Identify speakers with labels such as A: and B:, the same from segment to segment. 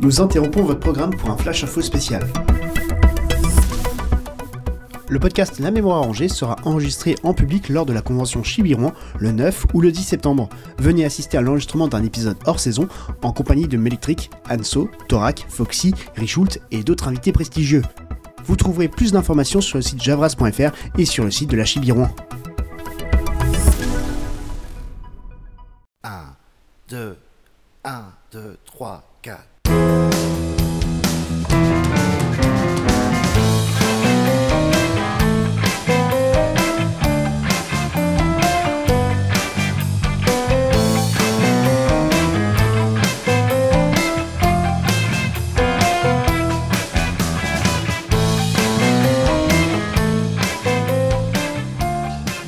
A: Nous interrompons votre programme pour un flash info spécial. Le podcast La Mémoire à Angers sera enregistré en public lors de la convention Chibiron le 9 ou le 10 septembre. Venez assister à l'enregistrement d'un épisode hors saison en compagnie de Melectric, Anso, Thorac, Foxy, Richult et d'autres invités prestigieux. Vous trouverez plus d'informations sur le site javras.fr et sur le site de la Chibiron.
B: 1, 2, 1, 2, 3, 4.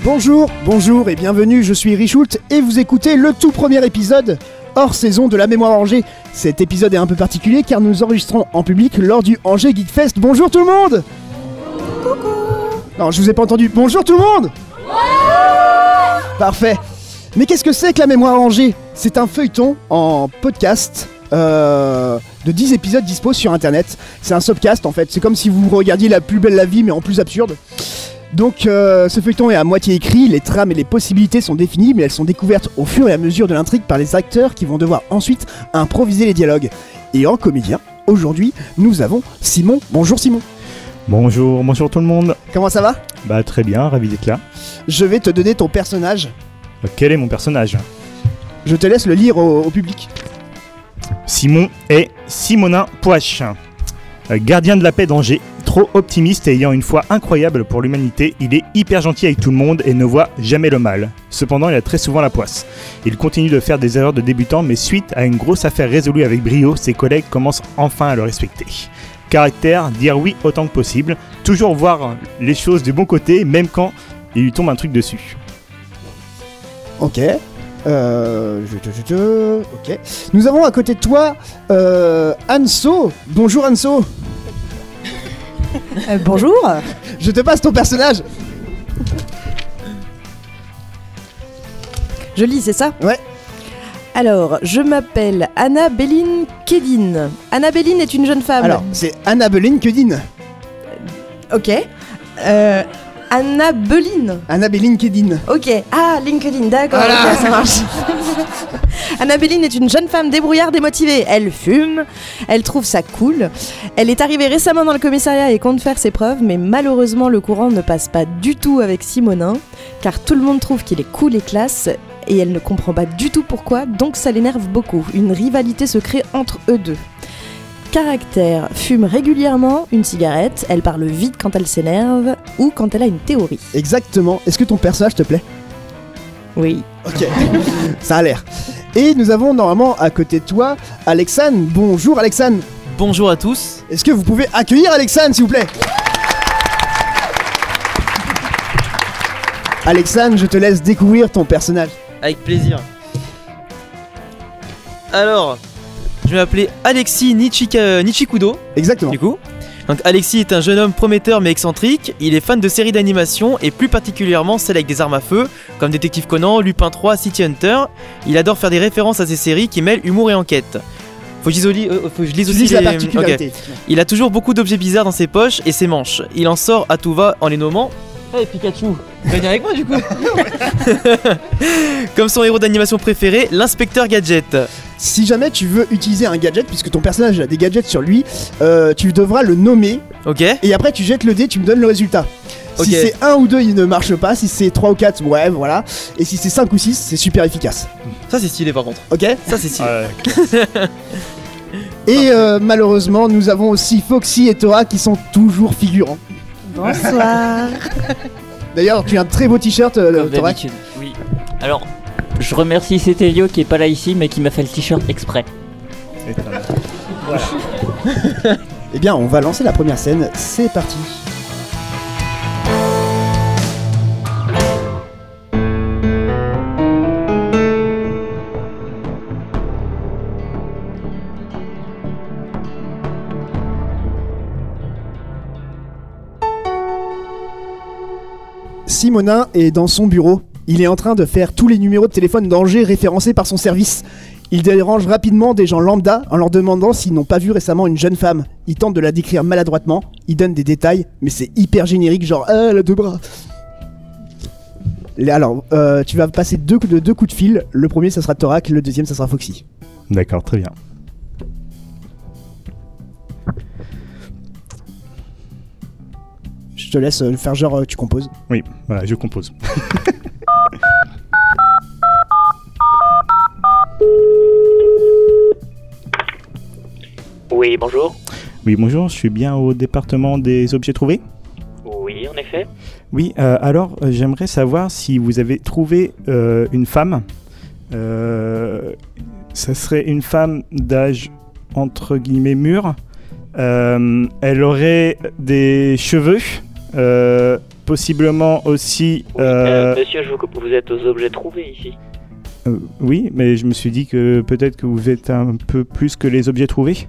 A: Bonjour, bonjour et bienvenue, je suis Richoult et vous écoutez le tout premier épisode hors saison de La Mémoire Angers. Cet épisode est un peu particulier car nous enregistrons en public lors du Angers Geek Fest. Bonjour tout le monde Coucou Non, je vous ai pas entendu. Bonjour tout le monde Parfait. Mais qu'est-ce que c'est que La Mémoire Angers C'est un feuilleton en podcast. euh, de 10 épisodes dispo sur internet. C'est un subcast en fait. C'est comme si vous regardiez la plus belle la vie mais en plus absurde. Donc euh, ce feuilleton est à moitié écrit, les trames et les possibilités sont définies, mais elles sont découvertes au fur et à mesure de l'intrigue par les acteurs qui vont devoir ensuite improviser les dialogues. Et en comédien, aujourd'hui, nous avons Simon. Bonjour Simon,
C: Bonjour, bonjour tout le monde.
A: comment ça va
C: Bah très bien, ravi d'être là.
A: Je vais te donner ton personnage,
C: Euh, Quel est mon personnage
A: je te laisse le lire au, au public.
C: Simon est Simonin Poache. Euh, Gardien de la paix d'Angers, trop optimiste et ayant une foi incroyable pour l'humanité, il est hyper gentil avec tout le monde et ne voit jamais le mal. Cependant, il a très souvent la poisse. Il continue de faire des erreurs de débutant, mais suite à une grosse affaire résolue avec brio, ses collègues commencent enfin à le respecter. Caractère, dire oui autant que possible, toujours voir les choses du bon côté, même quand il lui tombe un truc dessus.
A: Ok. Euh, je, je- je- je- ok. Nous avons à côté de toi euh, Anso. Bonjour Anso.
D: Euh, bonjour
A: Je te passe ton personnage.
D: Je lis, c'est ça
A: Ouais.
D: Alors, je m'appelle Anna Béline Kedin. Anna Béline est une jeune femme.
A: Alors, c'est Annabelline Kedin.
D: Ok. Euh, Anna Beline.
A: Annabelline Kedin.
D: Ok. Ah, LinkedIn, d'accord.
A: Voilà.
D: ok, ça marche. Anna Béline est une jeune femme débrouillarde et motivée. Elle fume, elle trouve ça cool. Elle est arrivée récemment dans le commissariat et compte faire ses preuves, mais malheureusement, le courant ne passe pas du tout avec Simonin, car tout le monde trouve qu'il est cool et classe. Et elle ne comprend pas du tout pourquoi, donc ça l'énerve beaucoup. Une rivalité se crée entre eux deux. Caractère, fume régulièrement une cigarette, elle parle vite quand elle s'énerve ou quand elle a une théorie.
A: Exactement. Est-ce que ton personnage te plaît
D: Oui.
A: Ok, ça a l'air. Et nous avons normalement à côté de toi Alexane. Bonjour Alexane.
E: Bonjour à tous.
A: Est-ce que vous pouvez accueillir Alexane s'il vous plaît Alexane, je te laisse découvrir ton personnage.
E: Avec plaisir. Alors, je vais m'appeler Alexis Nichika- euh, Nichikudo,
A: Exactement.
E: du coup. Donc, Alexis est un jeune homme prometteur mais excentrique. Il est fan de séries d'animation et plus particulièrement celles avec des armes à feu, comme Détective Conan, Lupin 3, City Hunter. Il adore faire des références à ces séries qui mêlent humour et enquête. Faut que je lise, au- euh, faut que je lise
A: Tu
E: aussi
A: dis la
E: les- Ok.
A: particularité.
E: Il a toujours beaucoup d'objets bizarres dans ses poches et ses manches. Il en sort à tout va en les nommant. Hey Pikachu, tu vas venir avec moi du coup Comme son héros d'animation préféré, l'inspecteur Gadget.
A: Si jamais tu veux utiliser un gadget, puisque ton personnage a des gadgets sur lui, euh, tu devras le nommer
E: Ok
A: et après tu jettes le dé, tu me donnes le résultat. Si
E: Ok.
A: c'est 1 ou 2, il ne marche pas. Si c'est 3 ou 4, ouais, voilà. Et si c'est 5 ou 6, c'est super efficace.
E: Ça c'est stylé par contre.
A: Ok
E: Ça c'est stylé.
C: Euh,
A: Et euh, malheureusement, nous avons aussi Foxy et Tora qui sont toujours figurants.
D: Bonsoir.
A: D'ailleurs, tu as un très beau t-shirt, euh,
F: Comme
A: Thorac.
F: d'habitude. Oui. Alors, je remercie Cételio qui est pas là ici, mais qui m'a fait le t-shirt exprès.
A: Eh bien, on va lancer la première scène. C'est parti. Simonin est dans son bureau. Il est en train de faire tous les numéros de téléphone d'Angers référencés par son service. Il dérange rapidement des gens lambda en leur demandant s'ils n'ont pas vu récemment une jeune femme. Il tente de la décrire maladroitement, il donne des détails, mais c'est hyper générique, genre Ah, elle a deux bras. Les- Alors, euh, tu vas passer deux, coups de- deux coups de fil. Le premier, ça sera Thorac, le deuxième, ça sera Foxy.
C: D'accord, très bien.
A: Je te laisse euh, faire genre euh, tu composes.
C: Oui, voilà, je compose.
G: Oui, bonjour.
C: Oui, bonjour, je suis bien au département des objets trouvés.
G: Oui, en effet.
C: Oui, euh, alors euh, j'aimerais savoir si vous avez trouvé euh, une femme. Euh, ça serait une femme d'âge entre guillemets mûr. Euh, elle aurait des cheveux, euh, possiblement aussi.
G: Euh,
C: euh,
G: monsieur, je vous coupe, vous êtes aux objets trouvés ici.
C: euh, oui, mais je me suis dit que peut-être que vous êtes un peu plus que les objets trouvés.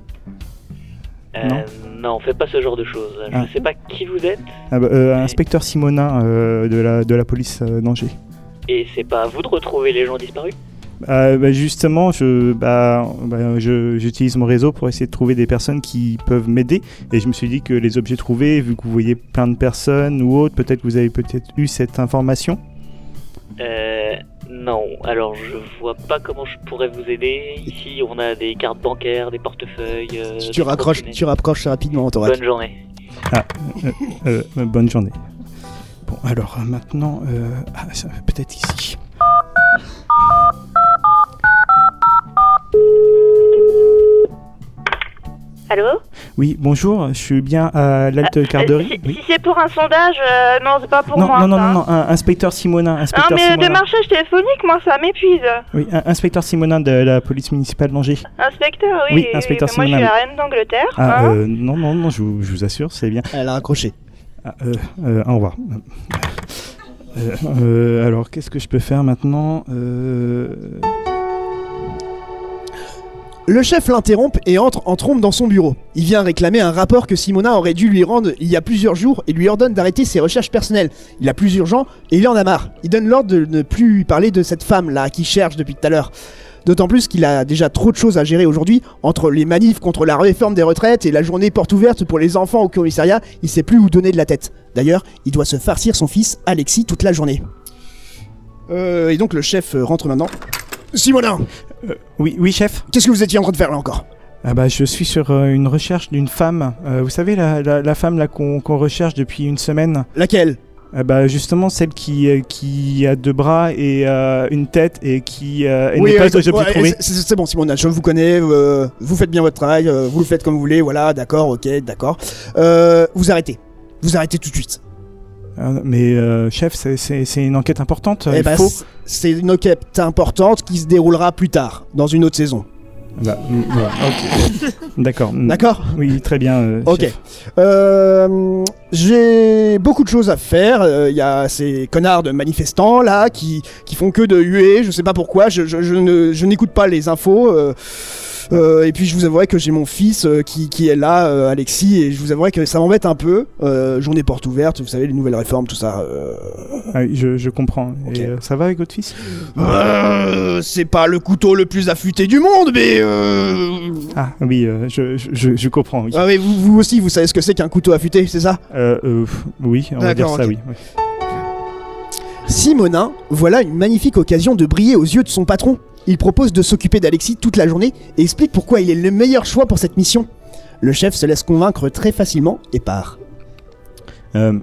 G: Euh,
C: Non.
G: non, faites pas ce genre de choses. Je
C: Ah.
G: ne sais pas qui vous êtes,
C: Ah bah, euh, inspecteur Simonin euh, de, la, de la police euh, d'Angers.
G: et c'est pas à vous de retrouver les gens disparus.
C: Euh, bah, justement, je, bah, bah, je- j'utilise mon réseau pour essayer de trouver des personnes qui peuvent m'aider. Et je me suis dit que les objets trouvés, vu que vous voyez plein de personnes ou autres, peut-être que vous avez peut-être eu cette information.
G: Euh, non, alors je vois pas comment je pourrais vous aider. Ici, on a des cartes bancaires, des portefeuilles. euh,
A: Tu-
G: des
A: tu, raccroches,
G: porte-monnaies.
A: tu rapproches rapidement, Thorac.
G: Bonne journée.
C: Euh, euh, bonne journée. Bon, alors euh, maintenant, euh, ah, ça, peut-être ici.
H: Allô
C: Oui, bonjour, je suis bien à l'Alte
H: Euh,
C: Carderie.
H: Si,
C: Oui.
H: si c'est pour un sondage, euh, non, c'est pas pour
C: Non,
H: moi.
C: non, non,
H: ça.
C: non, non, un- inspecteur Simonin.
H: Non, mais
C: Inspecteur
H: euh, le
C: Simonin.
H: démarchage téléphonique, moi, ça m'épuise.
C: Oui, un- inspecteur Simonin de la police municipale d'Angers.
H: Inspecteur, oui.
C: Oui, inspecteur
H: mais moi, je suis
C: Simonin.
H: la reine d'Angleterre.
C: Ah,
H: hein.
C: euh, non, non, non, je vous, je vous assure, c'est bien.
A: Elle a raccroché.
C: Ah, euh, euh, au revoir. Euh, euh, alors, qu'est-ce que je peux faire maintenant Euh,
A: Le chef l'interrompt et entre en trompe dans son bureau. Il vient réclamer un rapport que Simona aurait dû lui rendre il y a plusieurs jours et lui ordonne d'arrêter ses recherches personnelles. Il a plus urgent et il en a marre. Il donne l'ordre de ne plus lui parler de cette femme là qui cherche depuis tout à l'heure. D'autant plus qu'il a déjà trop de choses à gérer aujourd'hui, entre les manifs contre la réforme des retraites et la journée porte ouverte pour les enfants au commissariat, il sait plus où donner de la tête. D'ailleurs, il doit se farcir son fils Alexis toute la journée. Euh, et donc le chef euh, rentre maintenant. Simonin,
C: Oui, oui, chef.
A: qu'est-ce que vous étiez en train de faire là encore
C: Ah bah, je suis sur euh, une recherche d'une femme. Euh, vous savez, la, la- la femme là qu'on qu'on recherche depuis une semaine.
A: Laquelle
C: Ah bah, justement, celle qui, euh, qui a deux bras et euh, une tête et qui euh, et
A: Oui,
C: n'est
A: euh,
C: pas que j'ai
A: ouais,
C: pu trouver.
A: c'est- C'est c'est bon, Simona, je vous connais, euh, vous faites bien votre travail, euh, vous le faites comme vous voulez, voilà, d'accord, ok, d'accord. Euh, vous arrêtez. Vous arrêtez tout de suite.
C: Ah, mais euh, chef, c'est- c'est c'est une enquête importante. euh,
A: Eh
C: il
A: ben,
C: faut.
A: c- C'est une enquête importante qui se déroulera plus tard, dans une autre saison.
C: Bah, mm, voilà, ok. D'accord. mm.
A: D'accord
C: Oui, très bien. euh,
A: Ok.
C: chef.
A: Euh, J'ai beaucoup de choses à faire. Euh, Il y a ces connards de manifestants là qui, qui font que de huer. Je sais pas pourquoi. Je, je, je ne- je n'écoute pas les infos. euh, euh, et puis je vous avouerai que j'ai mon fils euh, qui, qui est là, euh, Alexis, et je vous avouerai que ça m'embête un peu. Euh, journée porte ouverte, vous savez, les nouvelles réformes, tout ça. euh,
C: Ah oui, je, je comprends.
A: Ok.
C: Et, euh, ça va avec votre fils
A: euh, c'est pas le couteau le plus affûté du monde, mais. euh,
C: Ah oui, euh, je, je- je, je comprends. Oui,
A: Ah, mais vous, vous aussi, vous savez ce que c'est qu'un couteau affûté, c'est ça
C: Euh, euh, pff, oui on va dire
A: D'accord,
C: ça,
A: ok.
C: oui. oui.
A: Simonin, voilà une magnifique occasion de briller aux yeux de son patron. Il propose de s'occuper d'Alexis toute la journée et explique pourquoi il est le meilleur choix pour cette mission. Le chef se laisse convaincre très facilement et part.
C: Euh,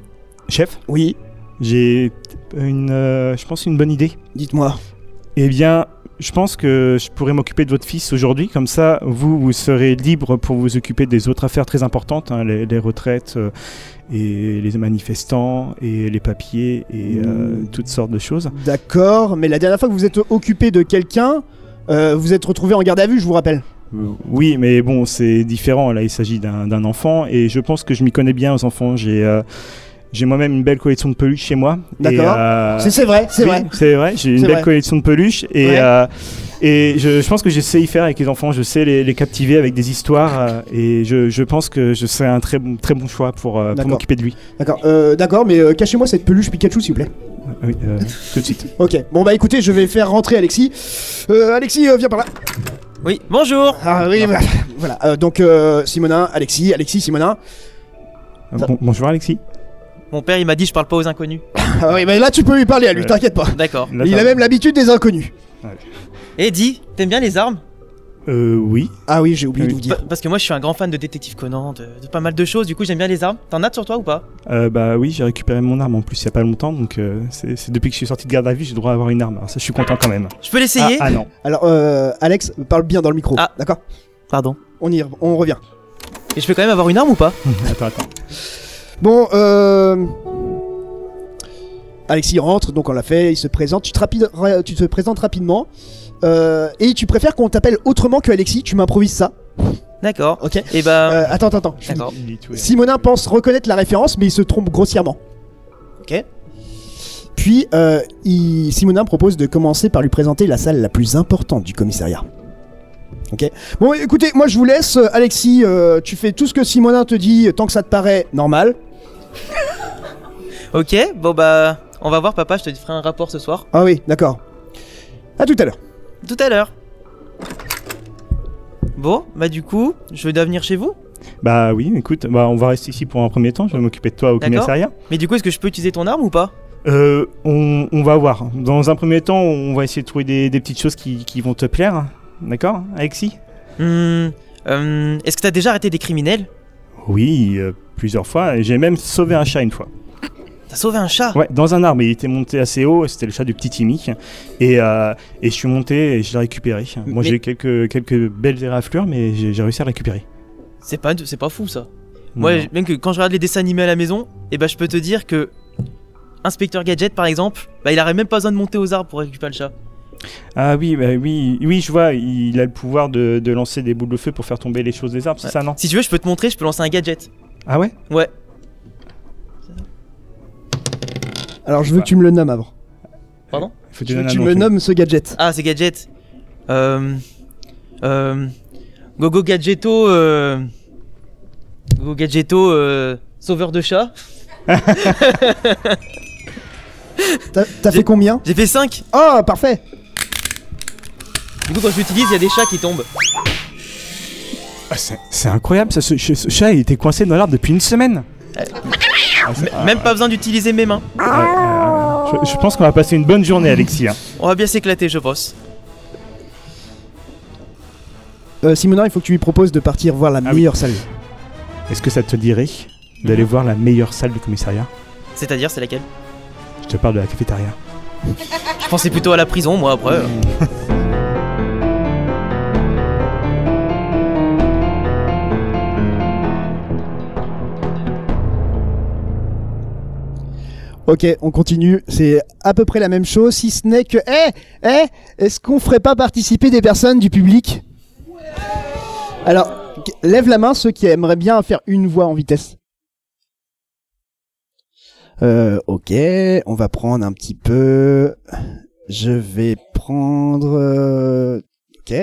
C: chef,
A: Oui,
C: j'ai une, euh, je pense une bonne idée.
A: dites-moi.
C: Eh bien, je pense que je pourrais m'occuper de votre fils aujourd'hui. Comme ça, vous, vous serez libre pour vous occuper des autres affaires très importantes, hein, les, les retraites euh, et les manifestants et les papiers et euh,
A: Mmh.
C: toutes sortes de choses.
A: D'accord, mais la dernière fois que vous êtes occupé de quelqu'un, euh, vous êtes retrouvé en garde à vue, je vous rappelle.
C: Euh, Oui, mais bon, c'est différent. Là, il s'agit d'un d'un enfant et je pense que je m'y connais bien aux enfants. J'ai euh, j'ai moi-même une belle collection de peluches chez moi. Et,
A: D'accord.
C: euh,
A: C'est- C'est vrai, c'est
C: oui,
A: vrai.
C: C'est vrai, j'ai une
A: C'est
C: belle
A: vrai.
C: collection de peluches et,
A: Ouais.
C: euh, et je, je pense que je sais y faire avec les enfants. Je sais les, les captiver avec des histoires euh, et je, je pense que je serais un très bon, très bon choix pour, euh, pour
A: D'accord.
C: m'occuper de lui.
A: D'accord, euh, d'accord, mais euh, cachez-moi cette peluche Pikachu, s'il vous plaît.
C: Oui, euh, tout de suite.
A: Ok, bon bah écoutez, je vais faire rentrer Alexis. Euh, Alexis, euh, viens par là.
E: Oui, bonjour
A: Ah oui, bah, voilà. Euh, donc euh, Simonin, Alexis, Alexis, Simonin.
C: Euh, bon- bonjour Alexis.
E: Mon père, il m'a dit je parle pas aux inconnus.
A: Ah oui, mais là tu peux lui parler à lui,
C: Ouais.
A: t'inquiète pas.
E: D'accord.
C: Là,
A: Il
C: t'as-
A: a même l'habitude des inconnus.
E: Et dis, t'aimes bien les armes
C: Euh, oui.
A: Ah oui, j'ai oublié de vous
E: Pa-
A: dire.
E: Parce que moi, je suis un grand fan de Détective Conan, de, de pas mal de choses, du coup, j'aime bien les armes. T'en as sur toi ou pas
C: Euh, bah oui, j'ai récupéré mon arme en plus il y a pas longtemps, donc euh, c'est c'est depuis que je suis sorti de garde à vue, j'ai le droit à avoir une arme. Alors ça, je suis content quand même.
E: Je peux
C: Ah,
E: l'essayer
C: ah non.
A: Alors, euh, Alex, parle bien dans le micro.
E: Ah.
A: D'accord
E: Pardon.
A: On y, re- on revient.
E: Et je peux quand même avoir une arme ou pas
C: attends, attends.
A: Bon, euh... Alexis rentre, donc on l'a fait, il se présente, tu te, rapide- ra- tu te présentes rapidement. Euh, et tu préfères qu'on t'appelle autrement que Alexis, tu m'improvises ça,
E: D'accord.
A: ok
E: Et bah.
A: Euh, Attends, attends, attends. je finis.
E: D'accord.
A: Simonin pense reconnaître la référence, mais il se trompe grossièrement. Ok Puis, euh, il- Simonin propose de commencer par lui présenter la salle la plus importante du commissariat. Ok Bon, écoutez, moi je vous laisse. Euh, Alexis, euh, tu fais tout ce que Simonin te dit, euh, tant que ça te paraît normal.
E: Ok, bon bah. On va voir, papa, je te ferai un rapport ce soir.
A: Ah oui, d'accord. À tout à l'heure.
E: Tout à l'heure. Bon, bah du coup, je dois venir chez vous
C: Bah oui, écoute, bah on va rester ici pour un premier temps, je vais m'occuper de toi au
E: D'accord.
C: commissariat.
E: Mais du coup, est-ce que je peux utiliser ton arme ou pas
C: Euh, on, on va voir. Dans un premier temps, on va essayer de trouver des, des petites choses qui, qui vont te plaire. hein. D'accord, Alexis
E: Hmm, euh, Est-ce que t'as déjà arrêté des criminels
C: Oui, euh, plusieurs fois. et J'ai même sauvé un chat une fois.
E: T'as sauvé un chat
C: Ouais, dans un arbre, il était monté assez haut, c'était le chat du petit Timmy. Et, euh, et je suis monté et je l'ai récupéré. Moi,
E: Mais-
C: j'ai eu quelques, quelques belles éraflures, mais j'ai j'ai réussi à le récupérer.
E: C'est pas, c'est pas fou ça.
C: Non.
E: Moi, je- même que quand je regarde les dessins animés à la maison, et ben je peux te dire que Inspecteur Gadget par exemple, bah il aurait même pas besoin de monter aux arbres pour récupérer le chat.
C: Ah oui, bah oui, oui, je vois, il a le pouvoir de, de lancer des boules de feu pour faire tomber les choses des arbres, c'est
E: Ouais.
C: ça, non
E: Si tu veux, je peux te montrer, je peux lancer un gadget.
C: Ah ouais
E: Ouais.
A: Alors, je veux que tu me le nommes avant.
C: Faut que
A: Je veux
C: donnes
A: que
C: un
A: tu
C: nom,
A: me
C: faut-
A: nommes ce gadget.
E: Ah, c'est gadget. Euh, euh, Gogo Gadgeto. Euh, Gogo Gadgeto. euh, sauveur de chat.
A: T'as t'as fait
E: J'ai-
A: combien
E: J'ai fait 5
A: Ah, parfait
E: Du coup, quand je l'utilise, il y a des chats qui tombent.
C: Ah, c'est c'est incroyable, ça, ce, ce- ce chat il était coincé dans l'arbre depuis une semaine.
E: Euh,
C: Ah, c'est-
E: M- même pas besoin d'utiliser mes mains.
C: ah, ouais, ouais, ouais. je, je pense qu'on va passer une bonne journée, Alexis. hein.
E: On va bien s'éclater, je pense.
A: Euh, Simonin, il faut que tu lui proposes de partir voir la
C: Ah oui.
A: meilleure salle.
C: Est-ce que ça te dirait d'aller
E: Mm-hmm.
C: voir la meilleure salle du commissariat
E: C'est-à-dire, c'est laquelle
C: Je te parle de la cafétéria.
E: Je pensais plutôt à la prison, moi, après.
A: Ok, on continue. C'est à peu près la même chose, si ce n'est que, eh, eh, est-ce qu'on ferait pas participer des personnes du public Alors, qu- lève la main ceux qui aimeraient bien faire une voix en vitesse. Euh, ok, on va prendre un petit peu. Je vais prendre. euh, Ok,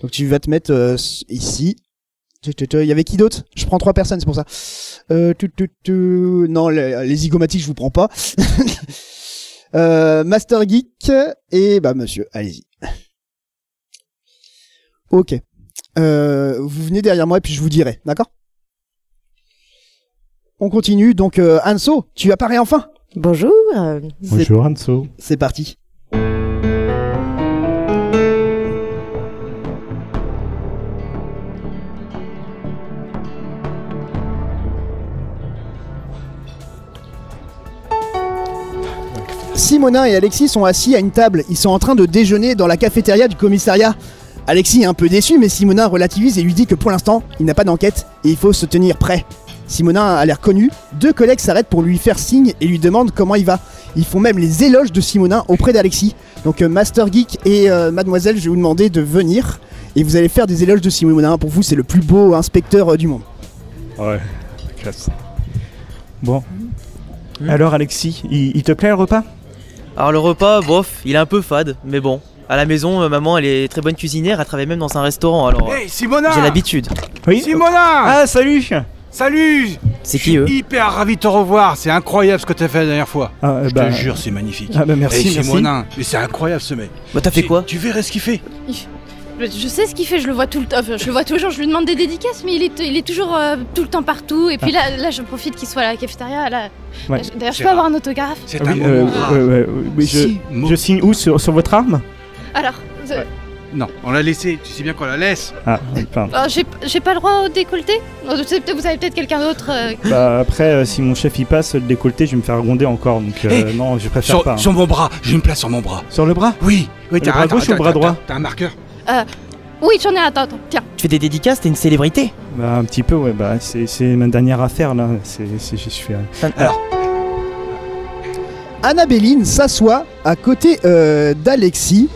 A: donc tu vas te mettre euh, s- ici. Tu- tu- tu- Il y avait qui d'autre Je prends trois personnes, c'est pour ça. Euh, tu- tu- tu- Non, les, les zygomatiques, je vous prends pas. Euh, Master Geek et bah monsieur, allez-y. Ok. Euh, vous venez derrière moi et puis je vous dirai, d'accord On continue, donc euh, Anso, tu apparais enfin
D: Bonjour. Euh,
A: C'est-
C: Bonjour Anso.
A: C'est parti. Simonin et Alexis sont assis à une table. Ils sont en train de déjeuner dans la cafétéria du commissariat. Alexis est un peu déçu, mais Simonin relativise et lui dit que pour l'instant, il n'a pas d'enquête et il faut se tenir prêt. Simonin a l'air connu. Deux collègues s'arrêtent pour lui faire signe et lui demandent comment il va. Ils font même les éloges de Simonin auprès d'Alexis. Donc euh, Master Geek et euh, Mademoiselle, je vais vous demander de venir et vous allez faire des éloges de Simonin. Pour vous, c'est le plus beau inspecteur euh, du monde.
C: Ouais, classe. Bon.
I: Mmh.
E: Hmm.
C: Alors Alexis, il, il te plaît le repas
E: Alors, le repas, bof, il est un peu fade, mais bon. À la maison, euh, maman, elle est très bonne cuisinière, elle travaille même dans un restaurant, alors. euh,
I: Hey Simona
E: J'ai l'habitude.
C: Oui.
I: Simona
C: Ah salut
I: Salut
E: C'est qui eux
I: Hyper ravi de te revoir, c'est incroyable ce que t'as fait la dernière fois.
C: Ah, euh,
I: Je
C: bah,
I: te jure, c'est magnifique.
C: ah, bah, merci,
I: Eh, c'est
C: merci.
I: mon nain, mais c'est incroyable ce mec.
E: Bah t'as fait
I: Tu-
E: quoi
I: Tu verrais ce qu'il fait.
J: Je je sais ce qu'il fait, je le vois tout le temps. Enfin, je le vois toujours, je lui demande des dédicaces, mais il est, il est toujours euh, tout le temps partout. Et puis là, là, je profite qu'il soit à la cafétéria. là.
C: Ouais.
J: D'ailleurs,
I: Ah. C'est
J: je peux
I: rare.
J: avoir un autographe.
I: C'est
C: Ah
I: un
C: oui,
I: moment
C: euh,
I: rare.
C: ouais, ouais, ouais, oui, je,
I: Six mots.
C: je signe où sur, sur votre arme
J: Alors, euh,
I: Non, on l'a laissé, tu sais bien qu'on la laisse.
C: Ah, enfin,
J: euh, j'ai j'ai pas le droit au décolleté Non, je sais peut-être- Vous avez peut-être quelqu'un d'autre. euh,
C: bah, après, euh, si mon chef y passe, le décolleté, je vais me faire gronder encore. Donc, euh,
I: Eh,
C: non, je préfère
I: Sur,
C: pas. hein.
I: sur mon bras, j'ai une place sur mon bras.
C: Sur le bras
I: Oui, oui,
C: Le bras
I: t'as-
C: gauche
I: t'as-
C: ou le bras
I: t'as-
C: droit
I: t'as- T'as un marqueur.
J: Euh, Oui, j'en ai un. Attends, attends, tiens.
E: Tu fais des dédicaces, t'es une célébrité
C: Bah, un petit peu, ouais, bah, c'est c'est ma dernière affaire là. C'est, c'est, je suis. euh,
A: Annabelline s'assoit à côté euh, d'Alexis,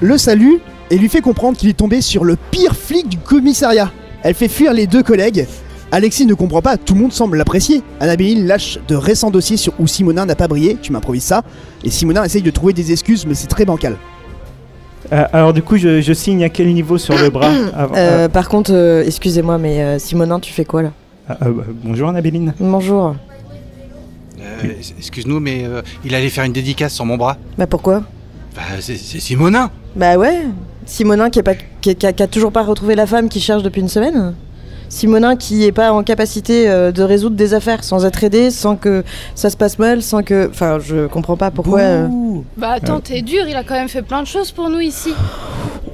A: le salue et lui fait comprendre qu'il est tombé sur le pire flic du commissariat. Elle fait fuir les deux collègues. Alexis ne comprend pas, tout le monde semble l'apprécier. Annabelline lâche de récents dossiers sur où Simonin n'a pas brillé, tu m'improvises ça, et Simonin essaye de trouver des excuses, mais c'est très bancal.
C: Euh, alors, du coup, je, je signe à quel niveau sur le bras avant-
D: Euh, par contre, euh, excusez-moi, mais euh, Simonin, tu fais quoi là
C: Ah, ah, bah, Bonjour, Annabelline.
D: Bonjour.
I: Euh, Excuse-nous, mais euh, il allait faire une dédicace sur mon bras.
D: Bah pourquoi
I: Bah, c'est c'est Simonin.
D: Bah ouais. Simonin qui, est pas, qui, est- qui a, qui a toujours pas retrouvé la femme qu'il cherche depuis une semaine. Simonin qui est pas en capacité euh, de résoudre des affaires sans être aidé, sans que ça se passe mal, sans que. Enfin, je comprends pas pourquoi. euh,
E: Bouh.
J: Bah attends, t'es dur, il a quand même fait plein de choses pour nous ici.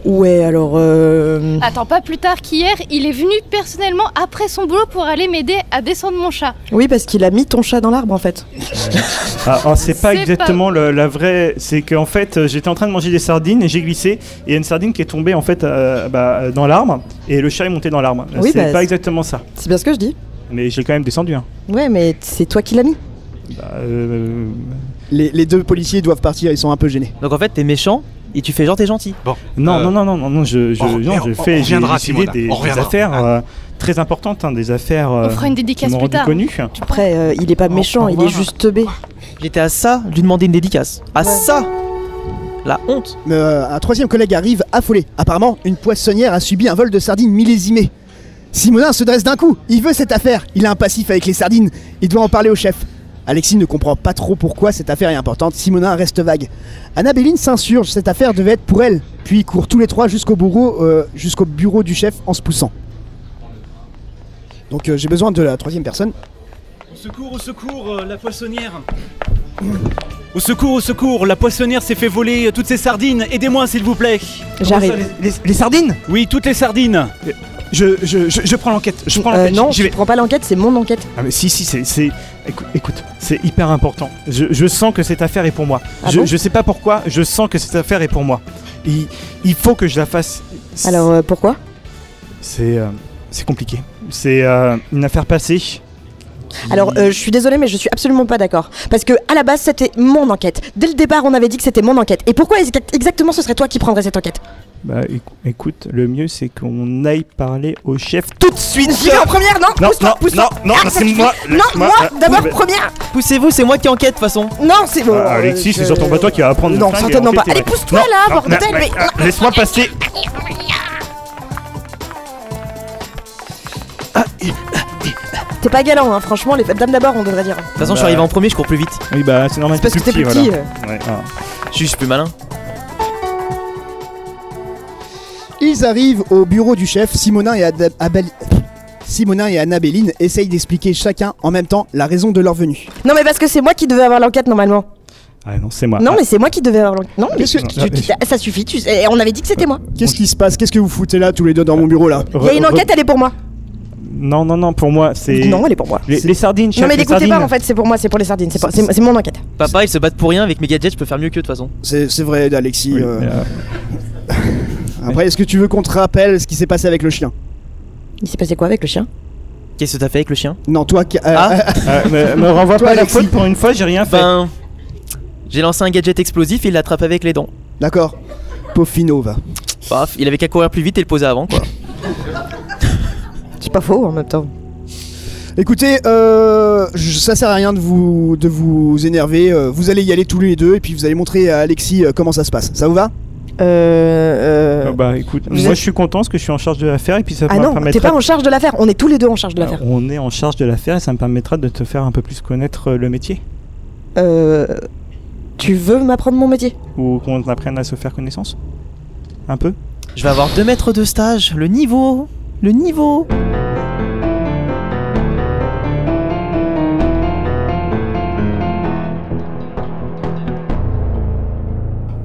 D: Ouais, alors. euh,
J: Attends, pas plus tard qu'hier, il est venu personnellement après son boulot pour aller m'aider à descendre mon chat.
D: Oui, parce qu'il a mis ton chat dans l'arbre en fait.
C: Ah, alors, c'est pas
J: C'est
C: exactement le- la vraie. C'est qu'en fait, euh, j'étais en train de manger des sardines et j'ai glissé. Et il y a une sardine qui est tombée en fait euh, bah, euh, dans l'arbre. Et le chat est monté dans l'arbre.
D: Oui,
C: c'est
D: bah,
C: pas
D: c'est-
C: exactement ça.
D: C'est bien ce que je dis.
C: Mais j'ai quand même descendu. Hein.
D: Ouais, mais c'est toi qui l'as mis.
C: Bah, euh,
A: Les, les deux policiers doivent partir, ils sont un peu gênés.
E: Donc en fait t'es méchant et tu fais genre t'es gentil.
C: Non,
I: Euh,
C: non, non, non, non, non, je, je,
I: on-
C: non,
I: on-
C: je
I: on
C: fais, j'ai
I: reviendra,
C: décidé
I: Simona, on
C: des, des
I: reviendra.
C: affaires euh, très importantes, hein, des affaires euh,
J: On fera une
C: qui
J: dédicace
C: m'ont
J: plus
C: rendu
J: tard.
C: connu.
D: Après, euh, il est pas méchant, il est juste teubé.
E: J'étais à ça de lui demander une dédicace. À
D: Ouais.
E: ça La honte
A: Mais, euh, un troisième collègue arrive affolé. Apparemment, une poissonnière a subi un vol de sardines millésimées. Simonin se dresse d'un coup. Il veut cette affaire. Il a un passif avec les sardines. Il doit en parler au chef. Alexis ne comprend pas trop pourquoi cette affaire est importante. Simonin reste vague. Annabelline s'insurge. Cette affaire devait être pour elle. Puis ils courent tous les trois jusqu'au bureau, euh, jusqu'au bureau du chef en se poussant. Donc euh, j'ai besoin de la troisième personne.
K: Au secours, au secours, euh, la poissonnière Au secours, au secours, la poissonnière s'est fait voler euh, toutes ses sardines, aidez-moi s'il vous plaît
D: J'arrive.
C: les, sardines
K: Oui, toutes les sardines
C: je, je, je, je prends l'enquête, je prends
D: Euh,
C: l'enquête,
D: non,
C: j'y
D: je
C: vais.
D: prends pas l'enquête, c'est mon enquête.
C: Ah, mais si, si, c'est, c'est- écou- écoute, c'est hyper important. Je, je sens que cette affaire est pour moi.
D: Ah
C: je,
D: bon
C: je sais pas pourquoi, je sens que cette affaire est pour moi. Il, il faut que je la fasse. C'est-
D: Alors euh, pourquoi
C: C'est, euh, c'est compliqué. C'est euh, une affaire passée. qui-
D: Alors euh, je suis désolée, mais je suis absolument pas d'accord. Parce que à la base, c'était mon enquête. Dès le départ, on avait dit que c'était mon enquête. Et pourquoi ex- exactement ce serait toi qui prendrais cette enquête
C: Bah éc- écoute, le mieux c'est qu'on aille parler au chef.
D: Tout de suite J'y vais en première, non
C: Non,
D: Pousse-toi,
C: non,
D: pousse-toi.
C: non, non,
D: Ah, ça
C: c'est
D: suffit.
C: moi.
D: Non,
C: laisse-moi,
D: moi,
C: euh,
D: d'abord
C: oui, bah,
D: première
E: Poussez-vous, c'est moi qui enquête de toute façon
D: Non, c'est bon.
C: ah, Alexis, c'est sur ton bateau qui va apprendre. le
D: Non,
C: flingue et
D: certainement pas.
C: enquêter,
D: Allez,
C: ouais.
D: pousse-toi
C: Non,
D: là,
C: non,
D: bordel
C: mais-
D: mais-
C: ah, Laisse-moi passer.
D: T'es pas galant, hein, franchement, les dames d'abord, on devrait dire.
E: De toute façon je suis arrivé en premier, je cours plus vite.
C: Oui, bah c'est normal.
D: C'est parce que t'es plus petit. euh.
C: voilà. Ouais, ah.
E: Je suis juste plus malin.
A: Ils arrivent au bureau du chef. Simonin et, Ada- Abel- Simonin et Annabelline essayent d'expliquer chacun en même temps la raison de leur venue.
D: Non, mais parce que c'est moi qui devais avoir l'enquête normalement.
C: Ah, non, c'est moi.
D: Non, mais c'est moi qui devais avoir l'enquête. Non, mais
A: Qu'est-ce que-
C: Non,
A: qu'est-
C: mais-
D: ça- ça suffit, tu sais, Ah, on avait dit que c'était moi.
A: qu'est-ce qui se passe Qu'est-ce que vous foutez là tous les deux dans mon bureau là
D: Il y a une enquête, elle est pour moi.
C: Non, non, non, pour moi c'est.
D: Non, elle est pour moi.
C: Les, les sardines, chef.
D: Non mais
C: les
D: l'écoutez pas
C: sardines.
D: en fait, c'est pour moi, c'est pour les sardines, c'est pas- c'est c'est mon enquête.
E: Papa ils se battent pour rien avec mes gadgets, je peux faire mieux qu'eux de toute façon.
A: C'est c'est vrai d'Alexis.
C: Oui,
A: euh,
C: mais, euh,
A: Après, est-ce que tu veux qu'on te rappelle ce qui s'est passé avec le chien
D: Il s'est passé quoi avec le chien
E: Qu'est-ce que t'as fait avec le chien
A: Non, toi. qui- euh,
E: Ah.
C: euh, me, me renvoie
A: Toi,
C: pas la
A: Alexis.
C: faute pour une fois, j'ai rien fait.
E: Ben... J'ai lancé un gadget explosif et il l'a attrapé avec les dents.
A: D'accord. Pofino va.
E: Paf, il avait qu'à courir plus vite et le poser avant quoi.
D: C'est pas faux en même temps.
A: Écoutez, euh, je- ça sert à rien de vous de vous énerver. euh, vous allez y aller tous les deux et puis vous allez montrer à Alexis euh, comment ça se passe. Ça vous va
D: Euh, euh,
C: Ah bah écoute,
D: vous
C: moi
D: êtes-
C: je suis content parce que je suis en charge de l'affaire et puis ça
D: Ah
C: me
D: non, t'es
C: permettra.
D: pas en charge de l'affaire. On est tous les deux en charge
C: Ah
D: de l'affaire.
C: On est en charge de l'affaire et ça me permettra de te faire un peu plus connaître euh, le métier.
D: Euh, tu veux m'apprendre mon métier
C: Ou qu'on apprenne à se faire connaissance Un peu
E: Je vais avoir deux maîtres de stage, le niveau, le niveau.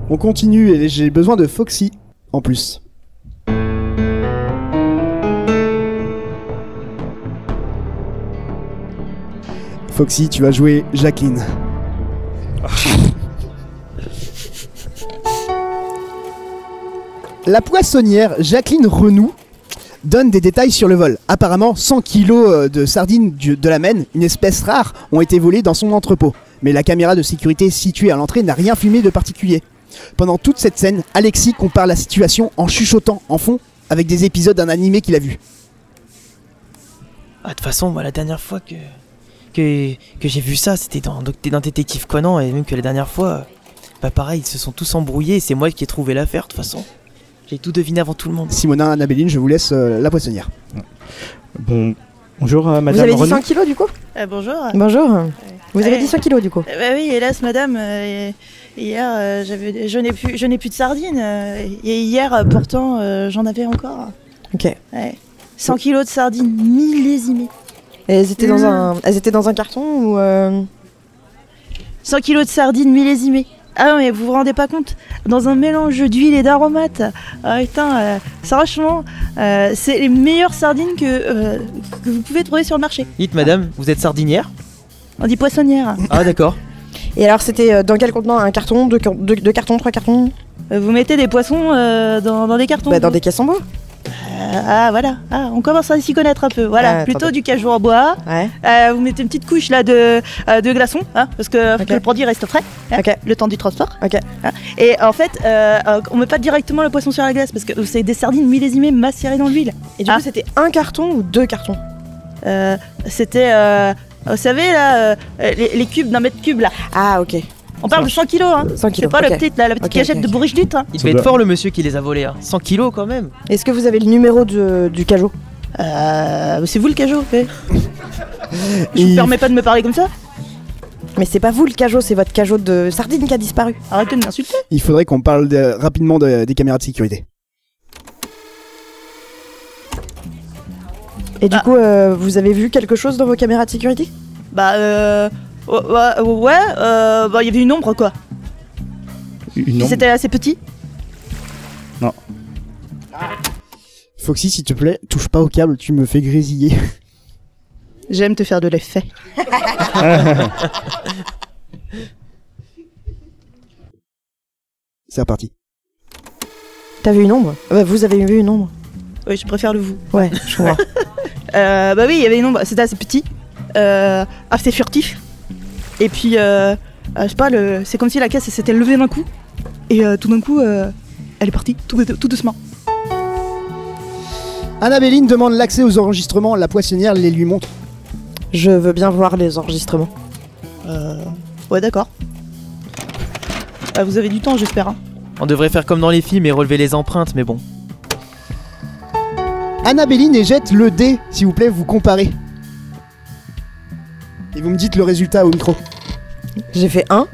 B: On continue et j'ai besoin de Foxy en plus. Foxy, tu vas jouer Jacqueline. La poissonnière Jacqueline Renou donne des détails sur le vol. Apparemment, 100 kilos euh, de sardines du- de la Maine, une espèce rare, ont été volés dans son entrepôt. Mais la caméra de sécurité située à l'entrée n'a rien filmé de particulier. Pendant toute cette scène, Alexis compare la situation en chuchotant en fond avec des épisodes d'un animé qu'il a vu.
E: Ah, de toute façon, moi, la dernière fois que, que, que j'ai vu ça, c'était dans, donc, dans Détective Conan, et même que la dernière fois, euh, bah pareil, ils se sont tous embrouillés, et c'est moi qui ai trouvé l'affaire, de toute façon. J'ai tout deviné avant tout le monde.
B: Simona, Annabelline, je vous laisse euh, la poissonnière.
C: Bon, bonjour euh,
D: Vous
C: madame
D: avez dit
C: Renaud.
D: 100 kilos du coup
F: Euh, bonjour.
D: Bonjour. Vous avez
F: Ouais.
D: dit 100 kilos du coup
F: Euh, bah oui, hélas, madame, euh, hier, euh, j'avais, je, n'ai plus, je n'ai plus de sardines. euh, et hier, euh, pourtant, euh, j'en avais encore.
D: Ok.
F: Ouais. 100 kilos de sardines millésimées.
D: Et elles étaient dans
F: Mmh.
D: un, elles étaient dans un carton ou euh,
F: 100 kilos de sardines millésimées. Ah non, mais vous vous rendez pas compte Dans un mélange d'huile et d'aromates. Ah putain, euh, franchement, euh, c'est les meilleures sardines que, euh, que vous pouvez trouver sur le marché.
E: Dites, madame, vous êtes sardinière
F: On dit poissonnière.
E: Ah, d'accord.
D: Et alors c'était euh, dans quel contenant Un carton, deux, car- deux- deux cartons, trois cartons
F: Euh, Vous mettez des poissons euh, dans, dans des cartons
D: Bah, dans des caisses en bois.
F: Euh, ah voilà, Ah, on commence à s'y connaître un peu. Voilà,
D: Ah,
F: plutôt
D: attendez.
F: du cajou en bois.
D: Ouais.
F: Euh, vous mettez une petite couche là de, euh, de glaçons, hein, parce que, faut que le produit reste frais. hein, Le temps du transport. hein. Et en fait, euh, euh, on met pas directement le poisson sur la glace parce que c'est des sardines millésimées macérées dans l'huile.
D: Et du coup, c'était un carton ou deux cartons
F: C'était, euh, vous savez là, euh, les, les cubes d'un mètre cube là.
D: Ah ok.
F: On parle de 100 kilos. Hein.
D: 100
F: C'est
D: kilos,
F: pas
D: ok.
F: le petite, là, la petite
D: Ok,
F: cachette
D: ok,
F: de bourriche d'huître. hein.
E: Il devait être fort le monsieur qui les a volés, hein. 100 kilos quand même.
D: Est-ce que vous avez le numéro de- du cajot
F: Euh, c'est vous le cajot, ouais. Je vous permets pas de me parler comme ça
D: Mais c'est pas vous le cajot, c'est votre cajot de sardine qui a disparu.
F: Arrêtez de m'insulter.
B: Il faudrait qu'on parle de- rapidement de- des caméras de sécurité.
D: Et du coup, euh, vous avez vu quelque chose dans vos caméras de sécurité
F: Bah euh... Ouais, ouais, ouais, euh, bah il y avait une ombre quoi.
C: Une
F: Puis
C: ombre
F: C'était assez petit.
B: Foxy, s'il te plaît, touche pas au câble, tu me fais grésiller.
F: J'aime te faire de l'effet.
B: C'est reparti.
D: T'as vu une ombre Ouais, Vous avez vu une ombre
F: oui, je préfère le vous.
D: Ouais, je comprends.
F: Euh, bah oui, il y avait une ombre, c'était assez petit. Euh,
E: Ah,
F: assez furtif. Et puis, euh, euh, je sais pas, le... c'est comme si la caisse elle s'était levée d'un coup. Et euh, tout d'un coup, euh, elle est partie, tout, tout doucement.
B: Annabelline demande l'accès aux enregistrements, la poissonnière les lui montre.
D: Je veux bien voir les enregistrements.
F: Euh... Ouais, d'accord. Ah, vous avez du temps, j'espère. hein.
E: On devrait faire comme dans les films et relever les empreintes, mais bon.
B: Annabelline et jette le dé, s'il vous plaît, vous comparez. Et vous me dites le résultat au micro.
D: J'ai fait 1.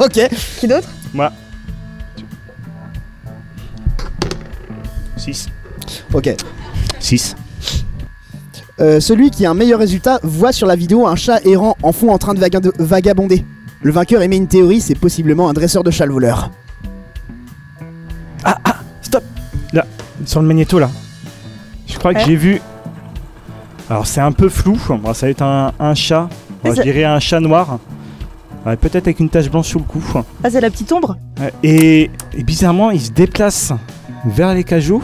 B: ok.
D: Qui d'autre
C: Moi. 6.
B: Ok.
C: 6.
B: Euh, celui qui a un meilleur résultat voit sur la vidéo un chat errant en fond en train de vaga- de vagabonder. Le vainqueur émet une théorie, c'est possiblement un dresseur de chat le voleur.
C: Là, sur le magnéto là. Je crois que
B: Ouais.
C: j'ai vu. Alors c'est un peu flou. Bon, ça va être un, un chat.
F: Mais
C: Bon, je
F: ça-
C: dirais un chat noir. Ouais, Peut-être avec une tache blanche sur le cou.
F: Ah, c'est la petite ombre
C: Ouais, Et, et bizarrement, il se déplace vers les cajots,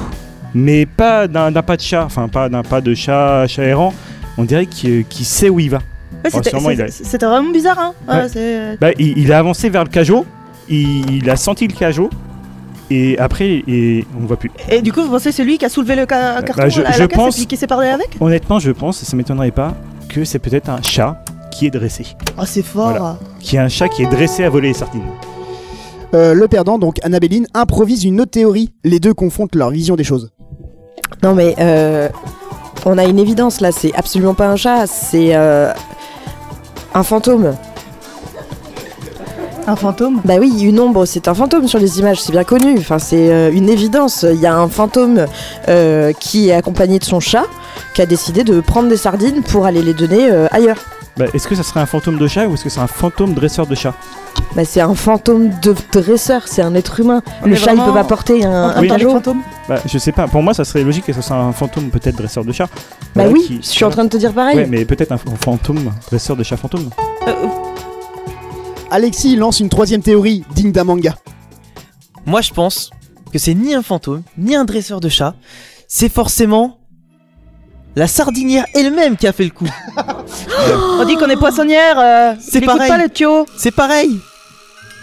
C: mais pas d'un d'un pas de chat, enfin pas d'un pas de chat, chat errant. On dirait qu'il qu'il sait où il va.
F: Ouais,
C: Bon,
F: c'était
C: sûrement, il a-
F: c'est- c'était vraiment bizarre, hein. Ouais,
C: Ouais.
F: c'est-
C: bah, il, il a avancé vers le cajot, il, il a senti le cajot, et après, et on voit plus.
F: Et du coup, vous pensez c'est lui qui a soulevé le ca- carton
C: Bah, je-
F: la, la
C: je
F: caisse
C: pense-
F: et puis qui s'est parlé avec
C: Honnêtement, je pense, ça m'étonnerait pas, que c'est peut-être un chat qui est dressé.
F: Ah, c'est fort
C: Qui est un chat qui est dressé à voler les sardines.
A: Euh, le perdant, donc Annabelline, improvise une autre théorie. Les deux confrontent leur vision des choses.
D: Non mais euh, on a une évidence là, c'est absolument pas un chat, c'est euh, un fantôme.
L: Un fantôme
D: Bah oui, une ombre, c'est un fantôme sur les images, c'est bien connu. Enfin, c'est euh, une évidence. Il y a un fantôme euh, qui est accompagné de son chat, qui a décidé de prendre des sardines pour aller les donner euh, ailleurs.
M: Bah, est-ce que ça serait un fantôme de chat ou est-ce que c'est un fantôme dresseur de chat
D: Bah, c'est un fantôme de dresseur, c'est un être humain. Le chat, il peut pas porter un, un
M: Oui.
D: pajot.
M: Bah, je sais pas, pour moi ça serait logique que ce soit un fantôme peut-être dresseur de chat.
D: Bah
M: Voilà,
D: oui,
M: qui-
D: je suis en train de te dire pareil.
M: Ouais, mais peut-être un f- fantôme dresseur de chat fantôme.
A: Alexis lance une troisième théorie digne d'un manga.
E: Moi, je pense que c'est ni un fantôme, ni un dresseur de chat. C'est forcément la sardinière elle-même qui a fait le coup.
L: On dit qu'on est poissonnière, euh,
E: C'est
L: écoute
E: pareil.
L: pas le tuyau.
E: C'est pareil.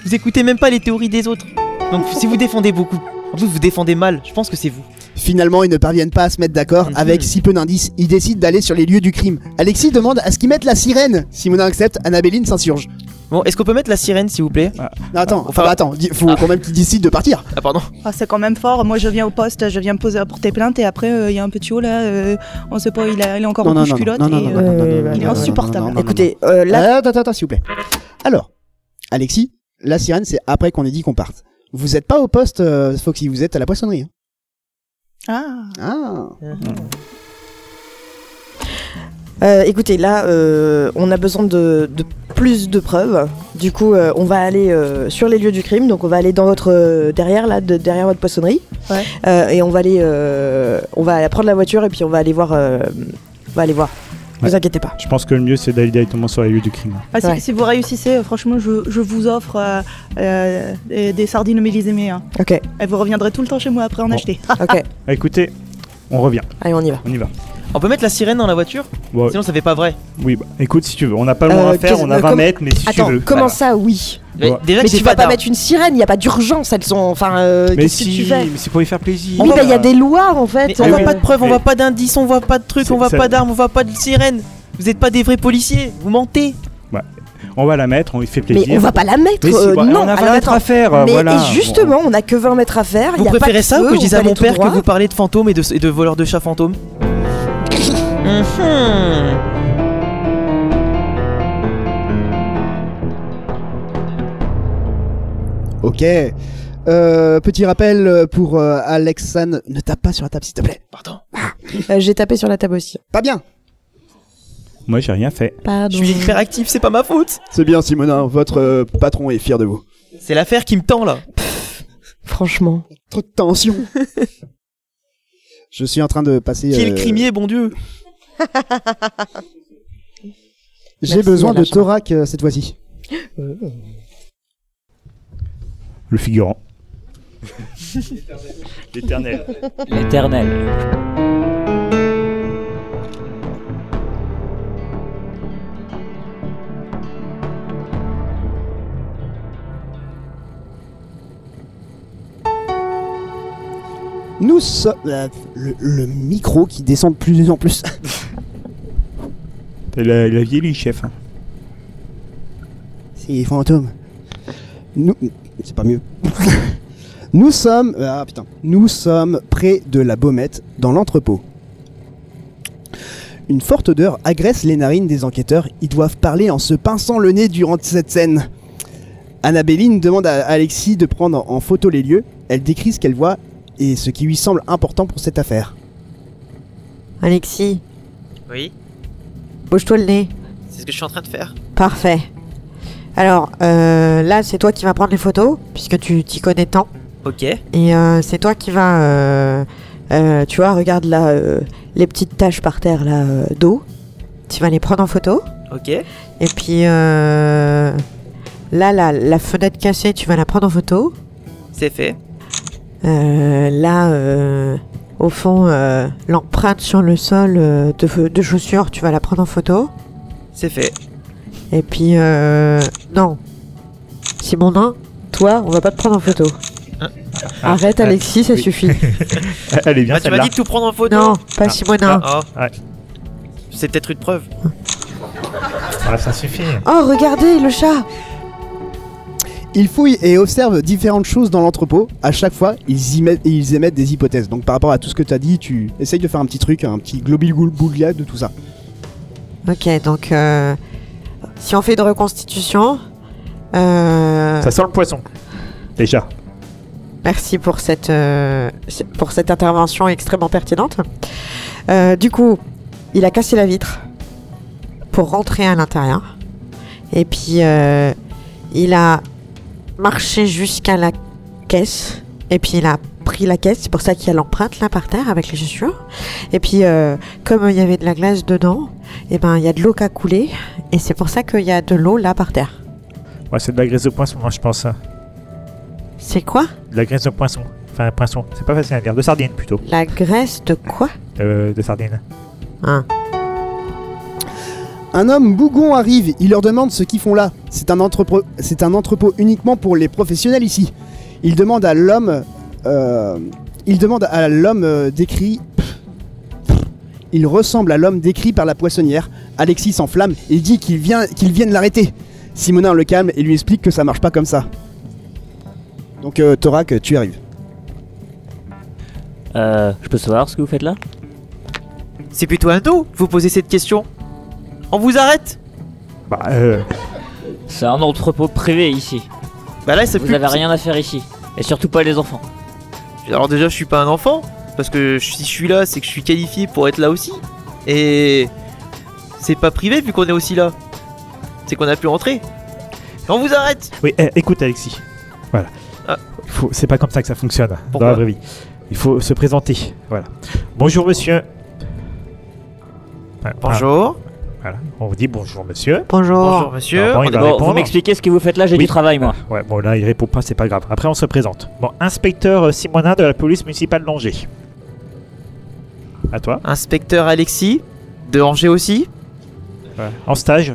E: Vous écoutez même pas les théories des autres. Donc, si vous défendez beaucoup, en plus vous défendez mal. Je pense que c'est vous.
A: Finalement, ils ne parviennent pas à se mettre d'accord. Avec si peu d'indices, ils décident d'aller sur les lieux du crime. Alexis demande à ce qu'ils mettent la sirène. Simonin accepte, Annabelline s'insurge.
E: Bon, est-ce qu'on peut mettre la sirène, s'il vous plaît
A: Non, attends, enfin, bah, attends, il faut quand même qu'ils décident de partir.
E: Ah, pardon.
L: Ah, c'est quand même fort. Moi, je viens au poste, je viens me poser à porter plainte et après, euh, il y a un peu de tuyau là. euh, on sait pas, il, a- il est encore
A: Non, non,
L: en
A: non,
L: couche-culotte.
A: non, non,
L: et,
A: non, non, non, non, non,
L: il est
A: non,
L: insupportable.
A: non, non, non,
D: Écoutez,
A: non.
D: euh, là-
A: Attends, attends, attends, s'il vous plaît. Alors, Alexis, la sirène, c'est après qu'on ait dit qu'on parte. Vous êtes pas au poste, euh, Foxy, vous êtes à la poissonnerie. hein.
L: Ah.
D: Euh, écoutez, là, euh, on a besoin de, de plus de preuves. Du coup, euh, on va aller euh, sur les lieux du crime. Donc, on va aller dans votre euh, derrière là, de- derrière votre poissonnerie,
L: Ouais.
D: Euh, et on va aller, euh, on va prendre la voiture et puis on va aller voir. euh, on va aller voir. Vous inquiétez pas.
M: Je pense que le mieux c'est d'aller directement sur les lieux du crime.
L: Ah, si, si vous réussissez, euh, franchement, je, je vous offre euh, euh, des des sardines au mélisée. Hein.
D: Ok.
L: Et vous reviendrez tout le temps chez moi après en acheter.
D: ok.
M: Ah, écoutez, on revient.
D: Allez, on y va.
M: On y va.
E: On peut mettre la sirène dans la voiture
M: Ouais.
E: Sinon, ça fait pas vrai.
M: Oui, bah, écoute, si tu veux, on n'a pas loin
D: Euh,
M: à faire,
D: qu'est-ce-
M: on a
D: euh,
M: 20
D: comment-
M: mètres, mais si
D: Attends,
M: tu veux.
D: comment
M: voilà.
D: ça, oui
M: Mais Ouais. déjà
D: mais
M: que
D: tu
M: j'ai
D: vas
M: pas
D: pas
M: d'arme.
D: mettre une sirène, il y a pas d'urgence, elles sont enfin euh,
M: Mais
D: qu'est-ce que
M: si,
D: tu fais
M: mais c'est pour lui faire plaisir.
D: Oui, bah il y a des lois en fait.
E: Mais on
L: hein.
E: voit pas de preuves, on voit pas d'indices, on voit pas de trucs, on voit
M: ça-
E: pas d'armes, on voit pas de sirène. Vous êtes pas des vrais policiers, vous mentez.
M: Ouais. On va la mettre, on lui fait
D: Mais
M: plaisir.
D: on va pas la mettre,
M: Mais si,
D: euh,
M: bah,
D: non.
M: On a 20
D: Alors,
M: mètres
D: attends.
M: à faire, euh,
D: mais
M: voilà.
D: Et justement, on a que 20 mètres à faire.
E: Vous
D: y a pas
E: préférez
D: de
E: ça ou
D: feu,
E: que je
D: on
E: dise
D: peut
E: à
D: aller
E: mon
D: tout
E: père
D: droit.
E: que vous parlez de fantômes et de, et de voleurs de chats fantômes Mhm.
A: Ok. Euh, petit rappel euh, pour euh, Alexane, ne tape pas sur la table s'il te plaît. Pardon.
D: Euh, J'ai tapé sur la table aussi.
A: Pas bien.
M: Moi, j'ai rien fait.
D: Pardon.
E: Je suis hyperactif, c'est pas ma faute.
A: C'est bien Simonin, votre euh, patron est fier de vous.
E: C'est l'affaire qui me tend là.
D: Franchement.
A: Trop de tension. Je suis en train de passer.
E: Qui est le
A: euh,
E: crimier, bon Dieu
A: J'ai
E: Merci,
A: besoin de
E: Alain Chabat.
A: thorac euh, cette fois-ci.
M: Le figurant. L'éternel.
F: L'éternel.
A: Nous sommes. le, le micro qui descend de plus en plus.
M: T'as la, la vieille chef. hein.
A: C'est les fantômes. Nous. C'est pas mieux. Nous sommes. Ah putain. Nous sommes près de la baumette, dans l'entrepôt. Une forte odeur agresse les narines des enquêteurs. Ils doivent parler en se pinçant le nez durant cette scène. Annabelline demande à Alexis de prendre en photo les lieux. Elle décrit ce qu'elle voit et ce qui lui semble important pour cette affaire.
N: Alexis,
E: Oui,
N: bouge-toi le nez.
E: c'est ce que je suis en train de faire.
N: Parfait. Alors, euh, là, c'est toi qui vas prendre les photos, puisque tu t'y connais tant.
E: Ok.
N: Et euh, c'est toi qui vas... euh, euh, tu vois, regarde là, euh, les petites taches par terre, là, euh, d'eau. Tu vas les prendre en photo.
E: Ok.
N: Et puis, euh, là, la, la fenêtre cassée, tu vas la prendre en photo.
E: C'est fait.
N: Euh, là, euh, au fond, euh, l'empreinte sur le sol euh, de, de chaussures, tu vas la prendre en photo.
E: C'est fait.
N: Et puis, euh, non. Simonin, toi, on va pas te prendre en photo.
M: Ah,
N: Arrête,
M: ah,
N: Alexis, ça
M: oui.
N: suffit.
M: Elle est bien
E: Bah, tu m'as
M: celle-là.
E: dit de tout prendre en photo.
N: Non, pas Simonin.
E: Ah, ah. C'est peut-être une preuve.
M: Ah, ça suffit.
N: Oh, regardez, le chat
A: Ils fouillent et observent différentes choses dans l'entrepôt. À chaque fois, ils, y mettent- ils émettent des hypothèses. Donc par rapport à tout ce que tu as dit, tu essayes de faire un petit truc, un petit globi-goulga de tout ça.
M: Ah.
E: Ok, donc euh, si on fait de reconstitution, euh,
A: Ça sent le poisson.
O: Déjà.
E: Merci pour cette, euh, pour cette intervention extrêmement pertinente. Euh, du coup, il a cassé la vitre pour rentrer à l'intérieur. Et puis, euh, il a marché jusqu'à la caisse. Et puis, il a pris la caisse. C'est pour ça qu'il y a l'empreinte là par terre avec les chaussures. Et puis, euh, comme il y avait de la glace dedans, et ben, il y a de l'eau qui a coulé. Et c'est pour ça qu'il y a de l'eau là par terre.
C: Ouais, c'est de la graisse de poisson, moi je pense. hein.
E: C'est quoi
C: De la graisse de poisson. Enfin, poisson. C'est pas facile à dire. De sardine plutôt.
E: La graisse de quoi
C: Euh, de sardine.
A: Un homme bougon arrive, il leur demande ce qu'ils font là. C'est un, entrepôt, c'est un entrepôt uniquement pour les professionnels ici. Il demande à l'homme. euh, il demande à l'homme euh, décrit. Il ressemble à l'homme décrit par la poissonnière. Alexis s'enflamme et dit qu'il vient, qu'il vienne l'arrêter. Simonin le calme et lui explique que ça marche pas comme ça. Donc euh, Thorac, tu arrives.
F: Euh, je peux savoir ce que vous faites là
J: C'est plutôt un dos, vous posez cette question. On vous arrête
C: Bah, euh.
F: C'est un entrepôt privé ici.
J: Bah là, c'est
F: Vous
J: plus-
F: avez rien à faire ici. Et surtout pas les enfants.
J: Alors déjà, je suis pas un enfant, parce que je- si je suis là, c'est que je suis qualifié pour être là aussi. Et c'est pas privé vu qu'on est aussi là. C'est qu'on a pu rentrer. On vous arrête
C: Oui, eh, écoute Alexis. Voilà.
J: Ah.
C: Il faut- C'est pas comme ça que ça fonctionne hein,
J: Pourquoi
C: dans la vraie vie. Il faut se présenter. Voilà. Bonjour monsieur. Ah,
J: Bonjour.
C: Voilà. On vous dit bonjour monsieur.
E: Bonjour.
J: Bonjour, monsieur.
C: Alors, bon, il
J: On
C: va
J: est- Bon, vous
C: Bah, répondre.
F: m'expliquez ce que vous faites là, j'ai
C: Oui.
F: du travail moi.
C: Ouais, bon là il répond pas, c'est pas grave. Après on se présente. Bon, inspecteur euh, Simonin de la police municipale d'Angers. À toi.
J: Inspecteur Alexis, de Angers aussi.
C: En stage.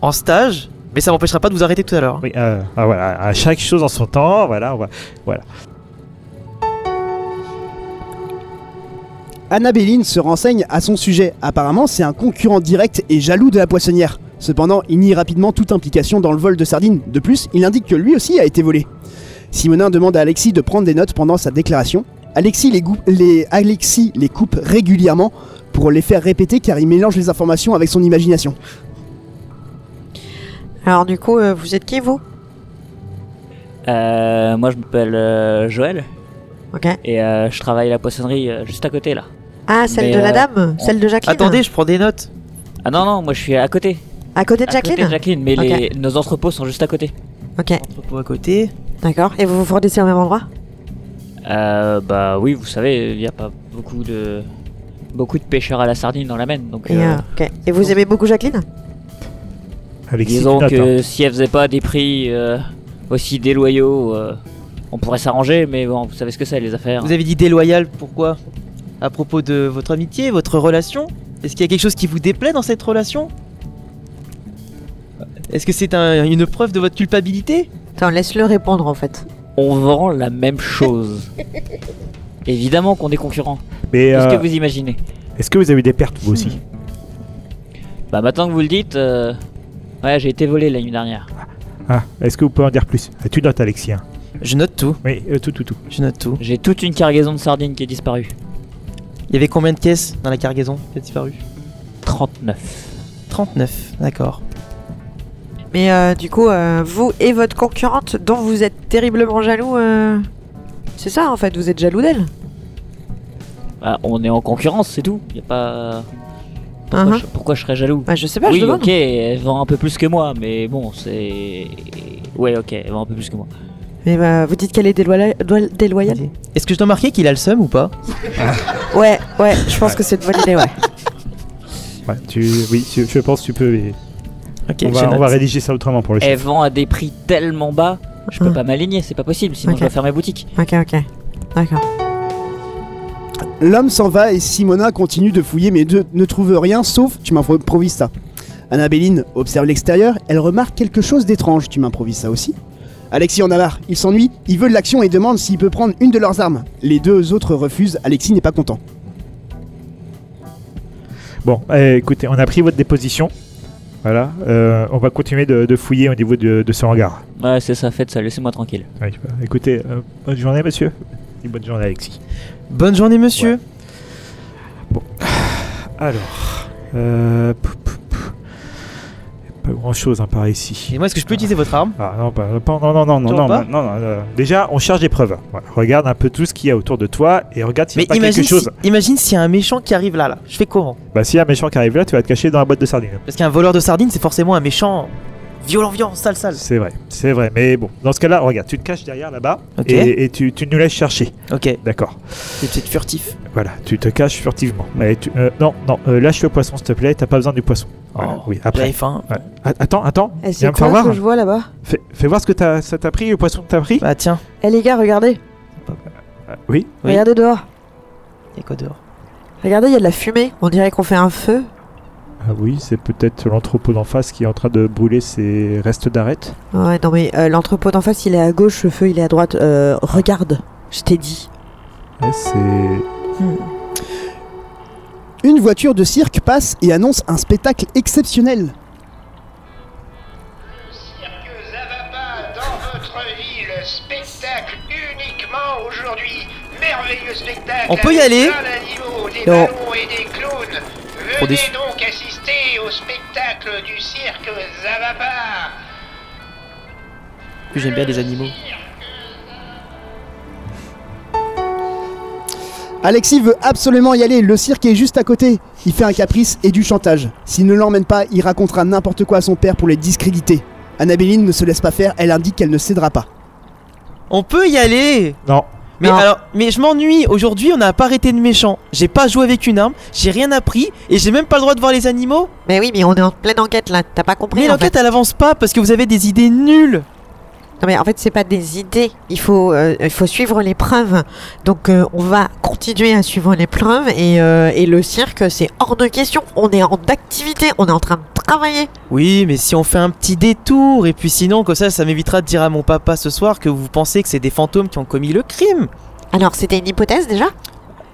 J: En stage Mais ça m'empêchera pas de vous arrêter tout à l'heure.
C: Oui, euh, ah, voilà, à chaque chose en son temps, voilà, on va- voilà.
A: Annabelline se renseigne à son sujet. Apparemment, c'est un concurrent direct et jaloux de la poissonnière. Cependant, il nie rapidement toute implication dans le vol de sardines. De plus, il indique que lui aussi a été volé. Simonin demande à Alexis de prendre des notes pendant sa déclaration. Alexis les, gou- les- Alexis les coupe régulièrement pour les faire répéter car il mélange les informations avec son imagination.
E: Alors du coup, euh, vous êtes qui vous
F: Euh, moi je m'appelle euh, Joël.
E: Ok.
F: Et euh, je travaille à la poissonnerie euh, juste à côté là.
E: Ah, celle
F: Mais,
E: de la
F: euh,
E: dame Celle de Jacqueline
J: je prends des notes.
F: Ah non, non, moi je suis à côté.
E: À côté de
F: À côté
E: Jacqueline
F: de Jacqueline, mais
E: Ok.
F: les- nos entrepôts sont juste à côté.
E: Ok,
J: Entrepôt à côté.
E: d'accord. Et vous vous fournissez au même endroit
F: Euh, bah oui, vous savez, il n'y a pas beaucoup de beaucoup de pêcheurs à la sardine dans la Maine, donc.
E: Et,
F: euh,
E: euh, ok. Et vous aimez beaucoup Jacqueline
C: Alexis,
F: disons
C: tu notes,
F: que
C: hein.
F: si elle faisait pas des prix euh, aussi déloyaux, euh, on pourrait s'arranger, mais bon, vous savez ce que c'est les affaires.
J: Vous avez dit déloyal, pourquoi À propos de votre amitié, votre relation Est-ce qu'il y a quelque chose qui vous déplaît dans cette relation Est-ce que c'est un- une preuve de votre culpabilité
E: Attends, laisse-le répondre en fait.
F: On vend la même chose. Évidemment qu'on est concurrents.
C: Mais,
F: Qu'est-ce
C: euh,
F: que vous imaginez
C: Est-ce que vous avez des pertes vous aussi
F: Bah maintenant que vous le dites, euh, ouais, j'ai été volé la nuit dernière. Hmm.
C: Ah, est-ce que vous pouvez en dire plus Tu notes Alexis. hein.
J: Je note tout.
C: Oui, euh, tout, tout, tout.
J: Je note tout.
F: J'ai toute une cargaison de sardines qui est disparue.
J: Il y avait combien de caisses dans la cargaison qui a disparu
F: 39.
J: 39, d'accord.
E: Mais euh, du coup, euh, vous et votre concurrente, dont vous êtes terriblement jaloux, euh, c'est ça en fait, vous êtes jaloux d'elle
F: Bah, on est en concurrence, c'est tout. Y a pas.
D: Ah,
F: Pourquoi,
E: Mhm.
F: je, pourquoi je serais jaloux
E: Bah, je sais pas, je
F: oui,
E: demande.
F: ok, elle vend un peu plus que moi, mais bon, c'est. Ouais, ok, elle vend un peu plus que moi.
E: Mais bah, vous dites qu'elle est déloyale, doil- déloyale
J: Est-ce que je dois marquer qu'il a le seum ou pas
E: Ouais, ouais, je pense que c'est une bonne idée, ouais.
C: Ouais, tu, oui, tu- je pense que tu peux. mais-
J: Ok,
C: on,
F: je
C: va, on
F: note.
C: va rédiger ça autrement pour le
F: Elle
C: chef.
F: vend à des prix tellement bas, je peux
E: Mhm.
F: pas m'aligner, c'est pas possible, sinon
E: Ok.
F: je dois fermer boutique.
E: Ok, ok. D'accord.
A: L'homme s'en va et Simona continue de fouiller mais de- ne trouve rien sauf tu m'improvises ça. Annabelline observe l'extérieur, elle remarque quelque chose d'étrange, tu m'improvises ça aussi. Alexis en a marre, il s'ennuie, il veut de l'action et demande s'il peut prendre une de leurs armes. Les deux autres refusent, Alexis n'est pas content.
C: eh, Bon, eh, écoutez, on a pris votre déposition. Voilà, euh, on va continuer de, de fouiller au niveau de, de ce hangar.
F: Ouais, c'est ça, faites ça, laissez-moi tranquille.
C: Ouais, écoutez, euh, bonne journée, monsieur. Et bonne journée, Alexis.
E: Bonne journée, monsieur.
C: Bon, alors. euh, pou, pou, pou. Pas grand chose par ici.
E: Et moi, est-ce que je peux utiliser votre arme
C: Ah non, pas- pas- non, non, non, non,
E: Toujours
C: non,
E: pas
C: non, non, non. Déjà, on cherche des preuves. Voilà, Regarde un peu tout ce qu'il y a autour de toi et regarde s'il n'y
E: Mais
C: a pas
E: imagine
C: quelque chose.
E: si- imagine s'il y a un méchant qui arrive là, là. Je fais comment
C: Bah, s'il y a un méchant qui arrive là, tu vas te cacher dans la boîte de sardines.
E: Parce qu'un voleur de sardines, c'est forcément un méchant violent, violent, sale, sale.
C: C'est vrai, c'est vrai. Mais bon, dans ce cas-là, regarde, tu te caches derrière là-bas
E: Ok.
C: et, et tu, tu nous laisses chercher.
E: Ok.
C: D'accord.
E: C'est peut-être furtif.
C: Voilà, tu te caches furtivement. Mais tu- euh, non, non, euh, lâche le poisson, s'il te plaît. T'as pas besoin du poisson.
E: Oh,
C: Voilà, oui, après.
E: j'avais faim.
C: Ouais. A- Attends, attends. viens
D: Et Eh, c'est
C: me faire
D: quoi ce
C: voir.
D: que je vois là-bas
C: Fais, fais voir ce que t'as- ça t'a pris, le poisson que t'as pris.
J: Ah,
E: Bah tiens.
D: Eh les gars, regardez.
C: Oui.
D: Regardez dehors.
E: Il y a quoi dehors
D: Regardez, il y a de la fumée. On dirait qu'on fait un feu.
C: Ah oui, c'est peut-être l'entrepôt d'en face qui est en train de brûler ses restes d'arêtes.
D: Ouais, non mais euh, l'entrepôt d'en face, il est à gauche, le feu, il est à droite. Euh, regarde, je t'ai dit.
C: Ouais, Eh, c'est.
B: Une voiture de cirque passe et annonce un spectacle exceptionnel.
J: Le spectacle uniquement aujourd'hui. Merveilleux spectacle.
E: On peut y
J: avec
E: aller.
J: plein d'animaux, des
E: Et on-
J: ballons et des clowns. Venez
E: Trop déçu.
J: donc assister au spectacle du cirque Zavapar.
E: Que j'aime bien les animaux.
B: Alexis veut absolument y aller, le cirque est juste à côté. Il fait un caprice et du chantage. S'il ne l'emmène pas, il racontera n'importe quoi à son père pour les discréditer. Annabelline ne se laisse pas faire, elle indique qu'elle ne cédera pas.
E: On peut y aller
C: Non.
E: Mais alors, mais je m'ennuie. Aujourd'hui, on n'a pas arrêté de méchants. J'ai pas joué avec une arme, j'ai rien appris et j'ai même pas le droit de voir les animaux.
D: Mais oui, mais on est en pleine enquête là, t'as pas compris
E: Mais
D: en
E: l'enquête
D: fait.
E: elle avance pas parce que vous avez des idées nulles.
D: Non mais en fait, c'est pas des idées. Il faut, euh, il faut suivre les preuves. Donc euh, on va continuer à suivre les preuves et, euh, et le cirque, c'est hors de question. On est en activité, on est en train de travailler.
E: Oui, mais si on fait un petit détour et puis sinon, comme ça, ça m'évitera de dire à mon papa ce soir que vous pensez que c'est des fantômes qui ont commis le crime.
D: Alors c'était une hypothèse déjà.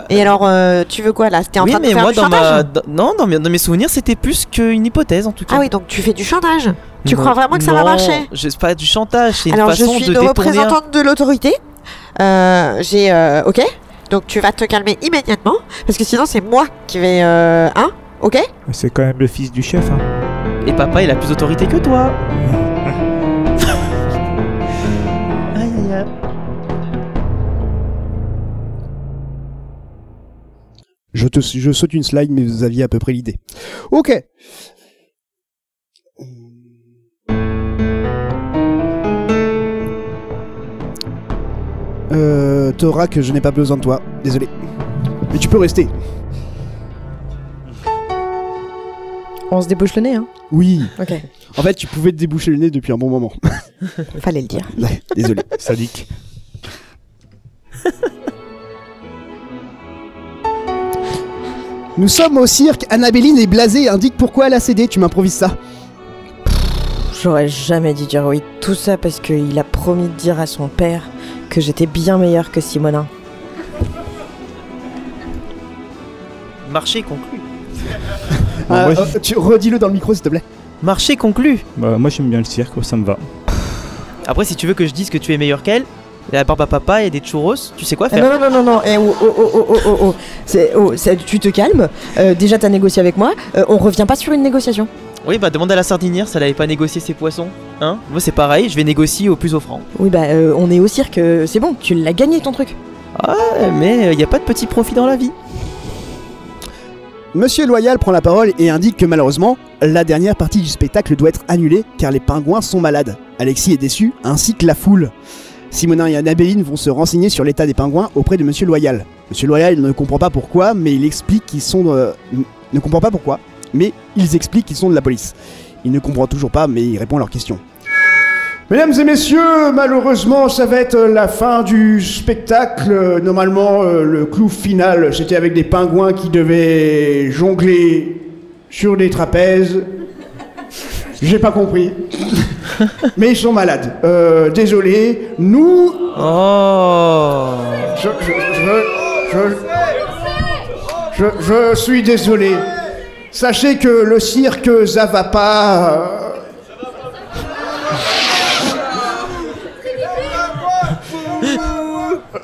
D: Et alors, euh, tu veux quoi là T'es en
E: oui,
D: train de
E: mais
D: faire
E: moi,
D: du
E: dans
D: chantage
E: ma, dans- non, dans mes, dans mes souvenirs, c'était plus qu'une hypothèse en tout cas.
D: Ah oui, donc tu fais du chantage. Tu
E: Non,
D: crois vraiment que ça va
E: non,
D: marcher
E: je- C'est pas du chantage, c'est une
D: Alors je
E: façon
D: suis
E: de
D: une
E: détourner. un-
D: représentante de l'autorité. Euh, J'ai, euh, ok. Donc tu vas te calmer immédiatement parce que sinon c'est moi qui vais, euh, hein, ok.
C: C'est quand même le fils du chef. Hein.
E: Et papa, il a plus d'autorité que toi. Aïe, aïe, aïe.
B: Je, te, je saute une slide, mais vous aviez à peu près l'idée. Ok. Euh, Thorac, je n'ai pas besoin de toi. Désolé. Mais tu peux rester.
P: On se débouche le nez, hein
B: Oui.
P: Ok.
B: En fait, tu pouvais te déboucher le nez depuis un bon moment.
D: Fallait le dire.
B: Désolé.
C: Sadique.
B: Nous sommes au cirque. Annabelline est blasée. Indique pourquoi elle a cédé. Tu m'improvises ça.
P: J'aurais jamais dû dire oui. Tout ça parce qu'il a promis de dire à son père que j'étais bien meilleure que Simonin.
E: Marché conclu.
B: Ah,
E: moi,
B: euh, tu redis-le dans le micro, s'il te plaît.
E: Marché conclu.
Q: Bah, moi j'aime bien le cirque, ça me va.
E: Après, si tu veux que je dise que tu es meilleur qu'elle, il y a la barbe à papa et des churros, tu sais quoi
P: Ah
E: faire.
P: non, non, non, non, non, eh, oh, oh, oh, oh, oh, oh, oh. C'est- oh, c'est- tu te calmes. Euh, déjà, t'as négocié avec moi. Euh, on revient pas sur une négociation.
D: ben-
E: Oui, bah demande à la sardinière si elle avait pas négocié ses poissons. Hein Moi, c'est pareil, je vais négocier au plus offrant.
P: Oui, bah, euh, on est au cirque. euh, C'est bon, tu l'as gagné ton truc.
E: Ouais,
J: euh,
E: mais il n'y a pas de petit profit dans la vie.
B: Monsieur Loyal prend la parole et indique que malheureusement, la dernière partie du spectacle doit être annulée car les pingouins sont malades. Alexis est déçu, ainsi que la foule. Simonin et Annabelline vont se renseigner sur l'état des pingouins auprès de Monsieur Loyal. Monsieur Loyal ne comprend pas pourquoi, mais il explique qu'ils sont euh, ne comprend pas pourquoi, mais ils expliquent qu'ils sont de la police. Il ne comprend toujours pas, mais il répond à leurs questions.
A: Mesdames et messieurs, malheureusement, ça va être la fin du spectacle. Euh, Normalement, euh, le clou final, c'était avec des pingouins qui devaient jongler sur des trapèzes. J'ai pas compris. Mais ils sont malades. Euh, désolé, nous.
E: Oh.
A: Je, je- je- je- je- je suis désolé.
R: Sachez que le cirque Zavapa. euh,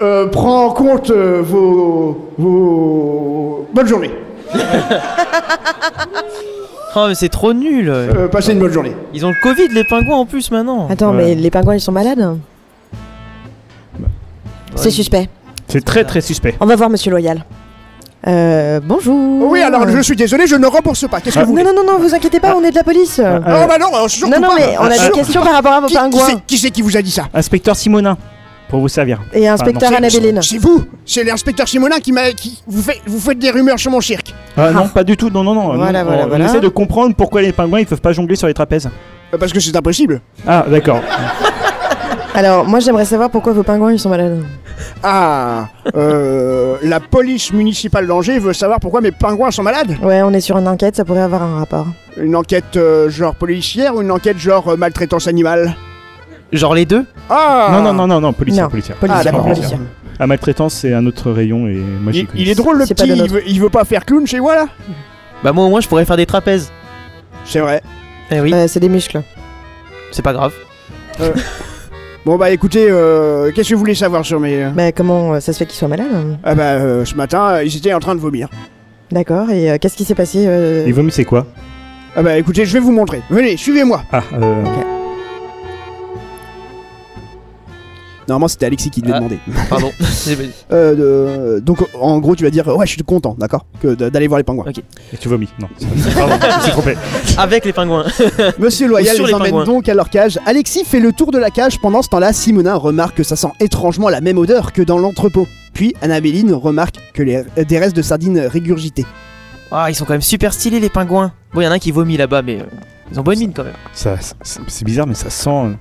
R: euh, prend en compte euh, vos, vos. Bonne journée.
J: Oh, mais c'est trop nul.
A: Euh,
R: passez une bonne journée.
J: Ils ont le Covid, les pingouins en plus maintenant.
D: Attends, mais les pingouins, ils sont malades
A: Bah,
D: C'est suspect.
C: C'est très très suspect.
D: On va voir Monsieur Loyal. Euh, bonjour.
A: Oui, alors je suis désolé, je ne rembourse pas.
P: Ah,
A: Qu'est-ce que vous
D: Non,
A: voulez
D: non, non, non, vous inquiétez pas, on est de la police.
A: Ah, bah non, alors, surtout
D: Non, non,
A: pas.
D: mais on a des
A: Surtout
D: questions
A: pas.
D: par rapport à vos
A: Qui- qui
D: pingouins.
A: c'est- Qui c'est qui vous a dit ça
C: Inspecteur Simonin, pour vous servir.
D: Et inspecteur
C: Enfin, non.
D: Annabelline.
A: C'est vous C'est l'inspecteur Simonin qui m'a. Qui... Vous, fait... vous faites des rumeurs sur mon cirque.
C: Ah non, pas du tout, non, non, non.
A: Voilà,
C: on,
A: voilà,
C: on
A: voilà.
C: essaie de comprendre pourquoi les pingouins ils peuvent pas jongler sur les trapèzes.
A: Euh, Parce que c'est impossible.
C: Ah, d'accord.
D: Alors, moi, j'aimerais savoir pourquoi vos pingouins, ils sont malades.
A: Ah euh, La police municipale d'Angers veut savoir pourquoi mes pingouins sont malades
D: Ouais, on est sur une enquête, ça pourrait avoir un rapport.
A: Une enquête euh, genre policière ou une enquête genre euh, maltraitance animale
J: Genre les deux
A: Ah
C: Non, non, non, non, non, policière,
A: Non,
C: policière.
A: policière, Ah, d'accord, policière.
C: La maltraitance, c'est un autre rayon et moi j'y
A: Il,
C: connais.
A: il est drôle le
J: C'est pas
A: petit,
J: de
A: il
J: notre-
A: veut, il veut pas faire clown chez moi là
J: Bah moi au moins je pourrais faire des trapèzes.
A: C'est vrai.
J: Eh oui.
D: Euh, c'est des muscles.
J: C'est pas grave.
A: Euh, Bon bah écoutez, euh, qu'est-ce que vous voulez savoir sur mes... euh,
D: Bah, comment euh, ça se fait qu'ils soient malades
A: Ah bah euh, ce matin, euh, ils étaient en train de vomir.
D: D'accord, et euh, qu'est-ce qui s'est passé euh,
C: Les vomis, c'est quoi
A: Ah bah écoutez, je vais vous montrer. Venez, suivez-moi.
C: Ah, euh.
A: Normalement, c'était Alexis qui devait demander.
J: Pardon.
A: Ah. Euh, de- donc en gros, tu vas dire ouais, je suis content, d'accord, que d- d'aller voir les pingouins.
C: Et tu vomis, non. Pardon, je me suis trompé.
J: Avec les pingouins.
A: Monsieur Loyal
J: Ou sur
A: les
J: les
A: emmène
J: pingouins.
A: donc à leur cage. Alexis fait le tour de la cage. Pendant ce temps-là, Simonin remarque que ça sent étrangement la même odeur que dans l'entrepôt. Puis Annabelline remarque que les, euh, des restes de sardines régurgités.
J: Ah, ils sont quand même super stylés les pingouins. Bon, y en a un qui vomit là-bas, mais euh, ils ont bonne mine quand même.
C: Ça, ça- c'est bizarre, mais ça sent euh,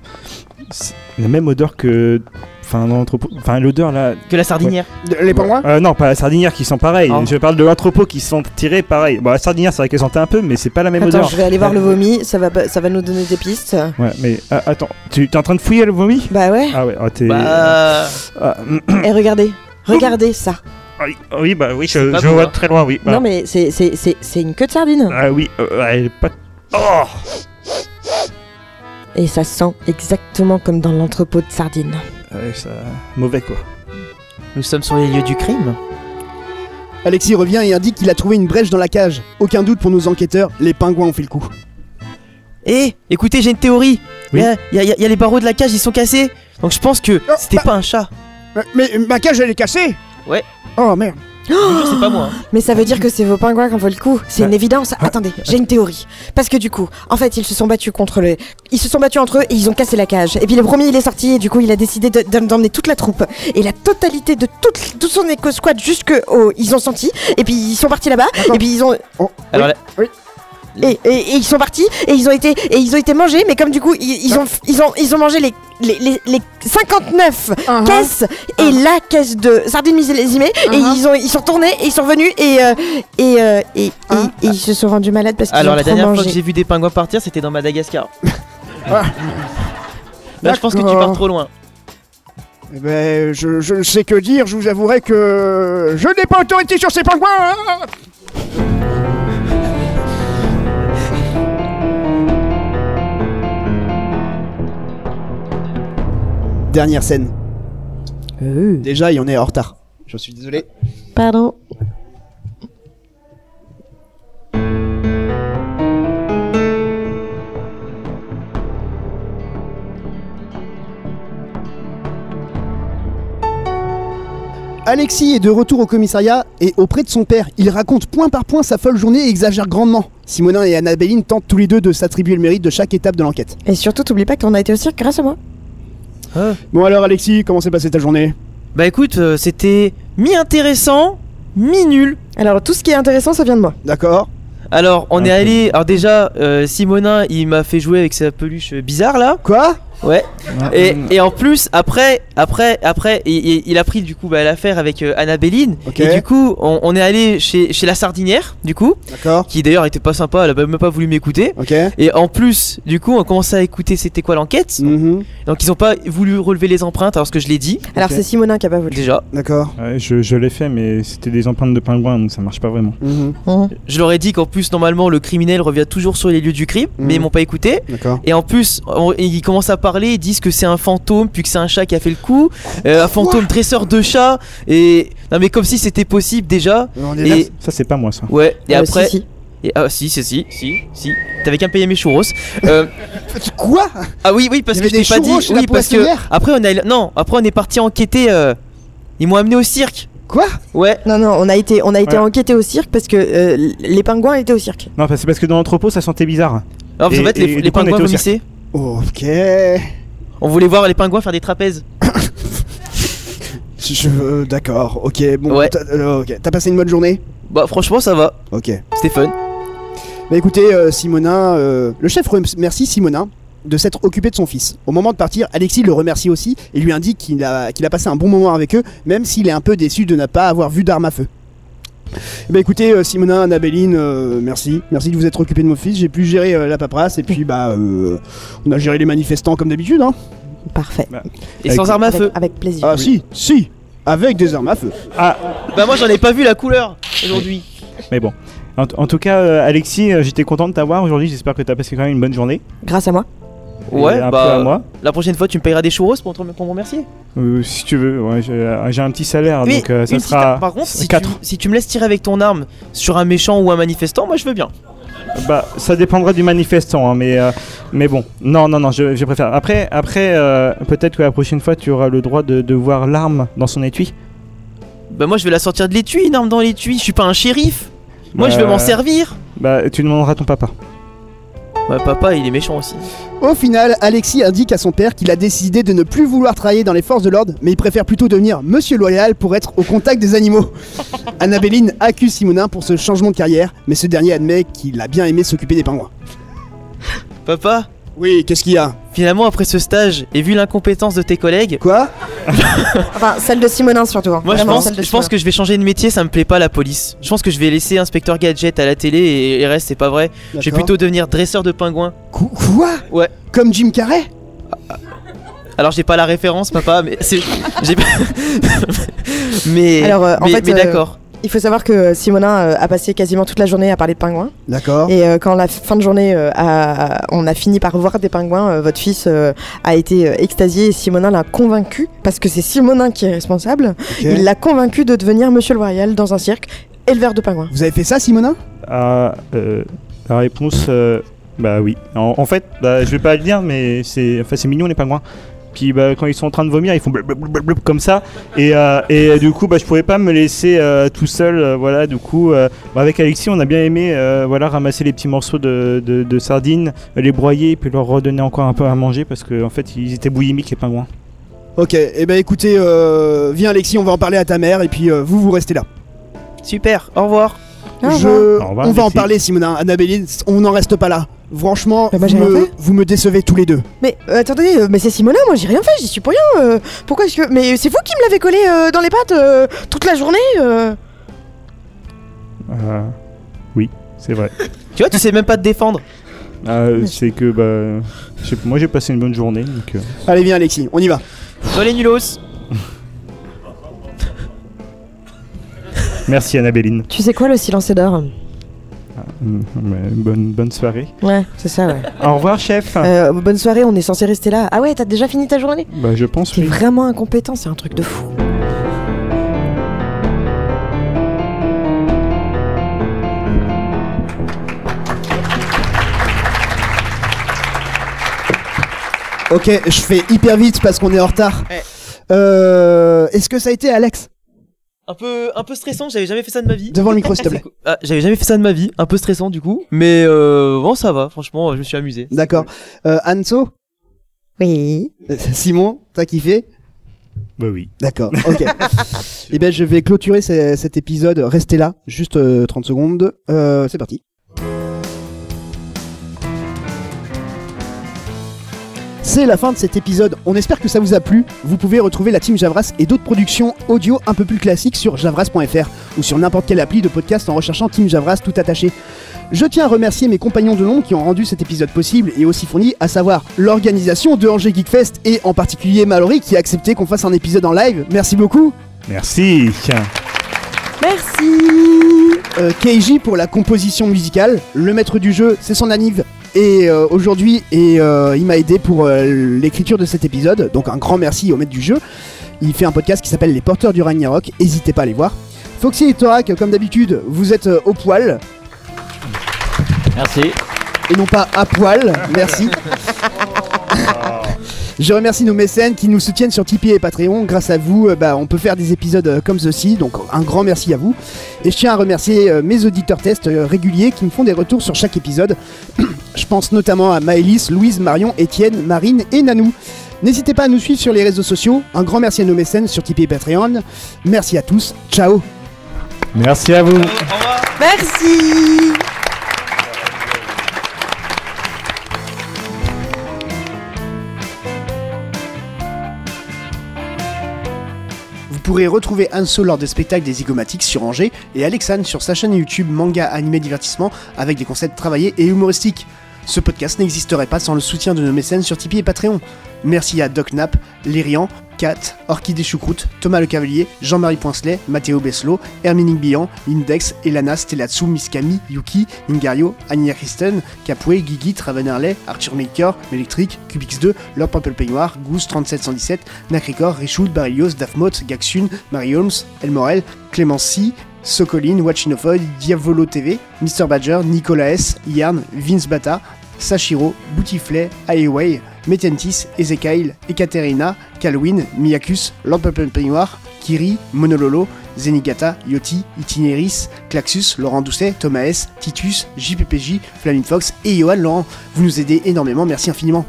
C: c'est la même odeur que. Enfin, dans l'entrepôt. Enfin, l'odeur là.
J: Que la sardinière.
A: De- les pingouins
C: Euh, Non, pas la sardinière qui sent pareil.
J: Ah.
C: Je parle de l'entrepôt qui sent tiré pareil. Bon, la sardinière, c'est vrai qu'elle sentait un peu, mais c'est pas la même
D: Attends,
C: odeur.
D: je vais aller voir le vomi, ça va, pas- ça va nous donner des pistes.
C: Ouais, mais ah, attends, tu t'es en train de fouiller le vomi
D: Bah ouais.
C: Ah ouais, ah, t'es.
J: Bah.
C: Ah, hum,
D: Et regardez, regardez ça.
C: ah oui, bah oui, je,
J: pas
C: je
J: bon,
C: vois
J: hein.
C: de très loin, oui. bah.
D: Non mais c'est- c'est c'est- c'est une queue de sardine.
C: Ah oui, euh, elle est pas. Oh
D: Et ça sent exactement comme dans l'entrepôt de sardines.
C: Ah Ouais, ça... Mauvais quoi.
J: Nous sommes sur les lieux du crime.
A: Alexis revient et indique qu'il a trouvé une brèche dans la cage. Aucun doute pour nos enquêteurs, les pingouins ont fait le coup.
J: Eh, écoutez, j'ai une théorie.
C: Oui.
J: Il y, a- y a- y a les barreaux de la cage, ils sont cassés. Donc je pense que c'était pas un chat.
A: Euh, Mais, ma cage elle est cassée
J: Ouais.
A: Oh merde.
J: C'est pas moi. hein.
D: Mais ça veut dire que c'est vos pingouins qui ont fait le coup.
C: Ah.
D: C'est une évidence. Attendez, j'ai une théorie. Parce que du coup, en fait, ils se sont battus contre les. Ils se sont battus entre eux et ils ont cassé la cage. Et puis le premier, il est sorti et du coup, il a décidé de- d'em- d'emmener toute la troupe et la totalité de toute, tout son éco-squad jusque au. Ils ont senti. Et puis ils sont partis là-bas. Et puis ils ont.
J: Alors, la-
D: Et, et- et ils sont partis et ils ont été et ils ont été mangés mais comme du coup ils, ils ont ils ont ils ont mangé les les, les, les 59 caisses et la caisse de sardines millésimées et ils ont ils sont tournés et ils sont venus et euh, et, euh, et, et- et ils se sont rendus malades parce qu'ils
J: alors,
D: ont
J: la
D: trop
J: dernière fois
D: mangé.
J: que j'ai vu des pingouins partir, c'était dans Madagascar. Là, Bah, je pense que tu
D: Oh.
A: Euh,
J: pars trop loin.
A: Eh ben, je, je ne sais que dire, je vous avouerai que je n'ai pas autorité sur ces pingouins hein. Dernière scène.
J: Euh.
A: Déjà, il y en est en retard. Je suis désolé.
D: Pardon.
A: Alexis est de retour au commissariat et auprès de son père. Il raconte point par point sa folle journée et exagère grandement. Simonin et Annabelline tentent tous les deux de s'attribuer le mérite de chaque étape de l'enquête.
D: Et surtout t'oublies pas qu'on a été au cirque grâce à moi.
A: Bon alors Alexis, comment s'est passée ta journée
J: Bah écoute, euh, c'était mi-intéressant, mi-nul.
D: Alors tout ce qui est intéressant ça vient de moi.
A: D'accord
J: Alors, on est allé. Alors, déjà, euh, Simonin, il m'a fait jouer avec sa peluche euh, bizarre là.
A: Quoi
J: Ouais.
C: Ah,
J: Et,
C: hum, Mm.
J: et en plus, après, après, après, il, il- il a pris du coup bah, l'affaire avec euh, Annabelline.
A: Ok.
J: Et du coup, on, on est allé chez, chez la sardinière, du coup. Qui d'ailleurs était pas sympa, elle a même pas voulu m'écouter. Et en plus, du coup, on commençait à écouter c'était quoi l'enquête.
A: Mhm.
J: Donc ils ont pas voulu relever les empreintes alors que je l'ai dit.
D: Alors c'est Simonin qui a pas voulu.
J: Déjà.
A: D'accord.
C: ah je je l'ai fait, mais c'était des empreintes de pingouins, donc ça marche pas vraiment.
A: Mhm.
J: Je leur ai dit qu'en plus, normalement, le criminel revient toujours sur les lieux du crime, mais ils m'ont pas écouté.
A: D'accord.
J: Et en plus, on- ils commencent à parler, ils disent que c'est un fantôme, puis que c'est un chat qui a fait le coup, euh, un fantôme dresseur de chat, et. Non, mais comme si c'était possible déjà. et...
C: Ça, c'est pas moi, ça.
J: Ouais, et
C: Euh,
J: après.
C: si, si.
J: et- ah, si, si, si, si, si. T'avais qu'à me payer mes churros. Euh,
A: Quoi
J: ah oui, oui, parce
A: Il
J: que
A: y
J: je
A: avait
J: t'ai
A: des
J: pas dit.
A: churros chez la
J: Oui, parce que.
A: poissonnière
J: Après, on est, non, après, on est parti enquêter. euh, Ils m'ont amené au cirque.
A: Quoi
J: Ouais.
D: Non, non, on a été, on a été
C: Ouais.
D: enquêté au cirque parce que euh, les pingouins étaient au cirque.
C: Non, parce- c'est parce que dans l'entrepôt, ça sentait bizarre.
J: Alors,
C: Et-
J: en fait, les,
C: et
J: les
C: du coup, on
J: pingouins
C: était au cirque.
J: vomissaient.
A: Ok.
J: On voulait voir les pingouins faire des trapèzes.
A: Je, euh, d'accord, ok, bon,
J: Ouais.
A: t'as euh, ok. T'as passé une bonne journée
J: Bah franchement ça va.
A: Ok.
J: C'était fun.
A: Bah écoutez, euh, Simonin, euh, le chef remercie Simonin de s'être occupé de son fils. Au moment de partir, Alexis le remercie aussi et lui indique qu'il a, qu'il a passé un bon moment avec eux, même s'il est un peu déçu de ne pas avoir vu d'armes à feu. Bah écoutez, euh, Simonin, Annabelline, euh, merci. Merci de vous être occupé de mon fils. J'ai pu gérer euh, la paperasse et puis bah euh, on a géré les manifestants comme d'habitude. Hein.
D: Parfait.
J: Et sans armes à
D: Avec-
J: feu.
D: Avec plaisir.
A: Ah si, si, avec des armes à feu.
C: Ah,
J: Bah moi j'en ai pas vu la couleur aujourd'hui.
C: mais bon. En, en tout cas, euh, Alexis, euh, j'étais content de t'avoir aujourd'hui. J'espère que t'as passé quand même une bonne journée.
D: Grâce à moi.
C: Et
J: Ouais,
C: un
J: bah
C: peu à moi.
J: la prochaine fois tu me payeras des churros pour, te- pour me remercier.
C: Euh, si tu veux, ouais, j'ai euh, j'ai un petit salaire,
J: Mais
C: donc euh, ça
J: une
C: sera.
J: petite- par contre, si,
C: 4.
J: Tu, si tu me laisses tirer avec ton arme sur un méchant ou un manifestant, moi je veux bien.
C: Bah, ça dépendra du manifestant, hein, mais, euh, mais bon. Non, non, non, je, je préfère. Après, après euh, peut-être que la prochaine fois, tu auras le droit de, de voir l'arme dans son étui.
J: Bah moi je vais la sortir de l'étui, une arme dans l'étui. Je suis pas un shérif. Moi je vais
C: Bah,
J: m'en servir.
C: Bah, tu demanderas à ton papa.
J: Ouais, papa il est méchant aussi.
A: Au final, Alexis indique à son père qu'il a décidé de ne plus vouloir travailler dans les forces de l'ordre, mais il préfère plutôt devenir monsieur loyal pour être au contact des animaux. Annabelline accuse Simonin pour ce changement de carrière, mais ce dernier admet qu'il a bien aimé s'occuper des pingouins.
J: Papa
A: Oui, qu'est-ce qu'il y a
J: Finalement après ce stage et vu l'incompétence de tes collègues.
A: Quoi
D: Enfin, celle de Simonin surtout. hein.
J: Moi je
D: Vraiment,
J: pense,
D: celle de
J: je pense
D: Simonin.
J: que je vais changer de métier, ça me plaît pas la police. Je pense que je vais laisser inspecteur gadget à la télé et le reste c'est pas vrai. Je vais
A: D'accord.
J: plutôt devenir dresseur de pingouins.
A: Quoi
J: Ouais.
A: Comme Jim Carrey
J: Alors j'ai pas la référence papa, mais c'est j'ai pas- mais
D: Alors, euh, en
J: mais-
D: fait,
J: mais
D: euh,
J: d'accord.
D: Il faut savoir que Simonin euh, a passé quasiment toute la journée à parler de pingouins.
A: D'accord.
D: Et euh, quand la fin de journée, euh, a- on a fini par voir des pingouins, euh, votre fils euh, a été euh, extasié et Simonin l'a convaincu, parce que c'est Simonin qui est responsable, il l'a convaincu de devenir Monsieur Loyal dans un cirque, éleveur de pingouins.
A: Vous avez fait ça, Simonin
C: Ah, euh, la réponse, euh, bah oui. En, en fait, bah, je vais pas le dire, mais c'est enfin, c'est mignon les pingouins. Puis bah, quand ils sont en train de vomir, ils font blub, blub, blub, blub, comme ça. Et, euh, et euh, du coup, bah, je pouvais pas me laisser euh, tout seul. euh, voilà, du coup, euh, bah, avec Alexis, on a bien aimé euh, voilà, ramasser les petits morceaux de, de- de sardines, les broyer, puis leur redonner encore un peu à manger parce qu'en en fait, ils étaient boulimiques les pingouins.
A: Ok, et ben écoutez, euh, viens Alexis, on va en parler à ta mère, et puis euh, vous, vous restez là.
J: Super, au revoir.
A: Je-
C: Au revoir,
A: on va en
C: Alexis.
A: parler, Simonin. Annabelline, on n'en reste pas là. Franchement,
D: Bah, moi,
A: vous,
D: j'ai rien
A: me, vous me décevez tous les deux.
D: Mais euh, attendez, euh, mais c'est Simonin, moi j'ai rien fait, j'y suis pour rien. euh, pourquoi est-ce que. Mais c'est vous qui me l'avez collé euh, dans les pattes euh, toute la journée euh.
C: Euh, oui, c'est vrai.
J: Tu vois, tu sais même pas te défendre.
C: Ah, c'est que bah, je sais- moi j'ai passé une bonne journée. Donc, euh,
A: Allez, viens Alexis, on y
B: Euh,
A: va.
J: Dans les nulos.
C: Merci Annabelline.
D: Tu sais quoi, le silence est d'or
C: Mm, mais Bonne, bonne soirée.
D: Ouais, c'est ça, ouais.
C: Au revoir, chef.
D: Euh, bonne soirée, on est censé rester là. Ah ouais, t'as déjà fini ta journée
C: Bah, je pense.
D: T'es vraiment incompétent, c'est un truc de fou.
A: Ok, je fais hyper vite parce qu'on est en retard. Euh, Est-ce que ça a été Alex
J: Un peu un peu stressant, j'avais jamais fait ça de ma vie.
A: Devant le micro, s'il te plaît.
J: Ah, j'avais jamais fait ça de ma vie, un peu stressant du coup, mais euh, bon ça va, franchement, je me suis amusé.
A: D'accord. Euh, Anso
D: Oui.
A: Simon, t'as kiffé
C: Bah oui.
A: D'accord, ok. Eh bien, je vais clôturer ce- cet épisode. Restez là, juste euh, 30 secondes. Euh, C'est parti.
B: C'est la fin de cet épisode. On espère que ça vous a plu. Vous pouvez retrouver la team Javras et d'autres productions audio un peu plus classiques sur javras.fr ou sur n'importe quelle appli de podcast en recherchant Team Javras tout attaché. Je tiens à remercier mes compagnons de nom qui ont rendu cet épisode possible et aussi fourni, à savoir l'organisation de Angers Geek Fest et en particulier Mallory qui a accepté qu'on fasse un épisode en live. Merci beaucoup.
C: Merci.
B: Merci euh, Keiji pour la composition musicale. Le maître du jeu, c'est son anniv. Et euh, aujourd'hui, et euh, il m'a aidé pour euh, l'écriture de cet épisode. Donc un grand merci au maître du jeu. Il fait un podcast qui s'appelle Les Porteurs du Ragnarok. N'hésitez pas à aller voir. Foxy et Thorac, comme d'habitude, vous êtes euh, au poil.
S: Merci.
B: Et non pas à poil. Merci. Je remercie nos mécènes qui nous soutiennent sur Tipeee et Patreon. Grâce à vous, euh, bah, on peut faire des épisodes euh, comme ceci. Donc un grand merci à vous. Et je tiens à remercier euh, mes auditeurs tests euh, réguliers qui me font des retours sur chaque épisode. je pense notamment à Maëlys, Louise, Marion, Étienne, Marine et Nanou. N'hésitez pas à nous suivre sur les réseaux sociaux. Un grand merci à nos mécènes sur Tipeee et Patreon. Merci à tous. Ciao.
C: Merci à vous.
B: Merci. Vous pourrez retrouver Anso lors des spectacles des Zygomatiques sur Angers et Alexane sur sa chaîne YouTube Manga Animé Divertissement avec des concepts travaillés et humoristiques. Ce podcast n'existerait pas sans le soutien de nos mécènes sur Tipeee et Patreon. Merci à Doc Nap, Lérian, Kat, Orchidée Choucroute, Thomas Le Cavalier, Jean-Marie Poincelet, Mathéo Beslo, Herminique Billan, Index, Elana Stelatsu, Miss Camille, Yuki, Ningario, Ania Kristen, Capoué, Guigui, Traven Harley, Arthur Maker, Melectric, Cubix2, Lord Purple Peignoir, Goose 3717, Nakricor, Richoud, Barilios, Dafmot, Gaxun, Marie Holmes, El Morel, Clémency, Sokolin, Watchinofoid, Diavolo TV, Mr. Badger, Nicolas S, Yarn, Vince Bata, Sashiro, Boutiflet, Aiway, Metentis, Ezekiel, Ekaterina, Calwin, Miyakus, Lampepen Peignoir, Kiri, Monololo, Zenigata, Yoti, Itineris, Claxus, Laurent Doucet, Thomas S, Titus, JPPJ, Flamine Fox et Johan Laurent. Vous nous aidez énormément, merci infiniment.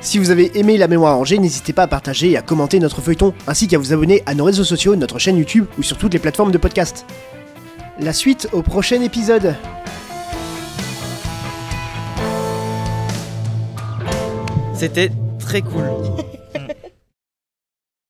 B: Si vous avez aimé La Mémoire Angers, n'hésitez pas à partager et à commenter notre feuilleton, ainsi qu'à vous abonner à nos réseaux sociaux, notre chaîne YouTube ou sur toutes les plateformes de podcast. La suite au prochain épisode.
J: C'était très cool.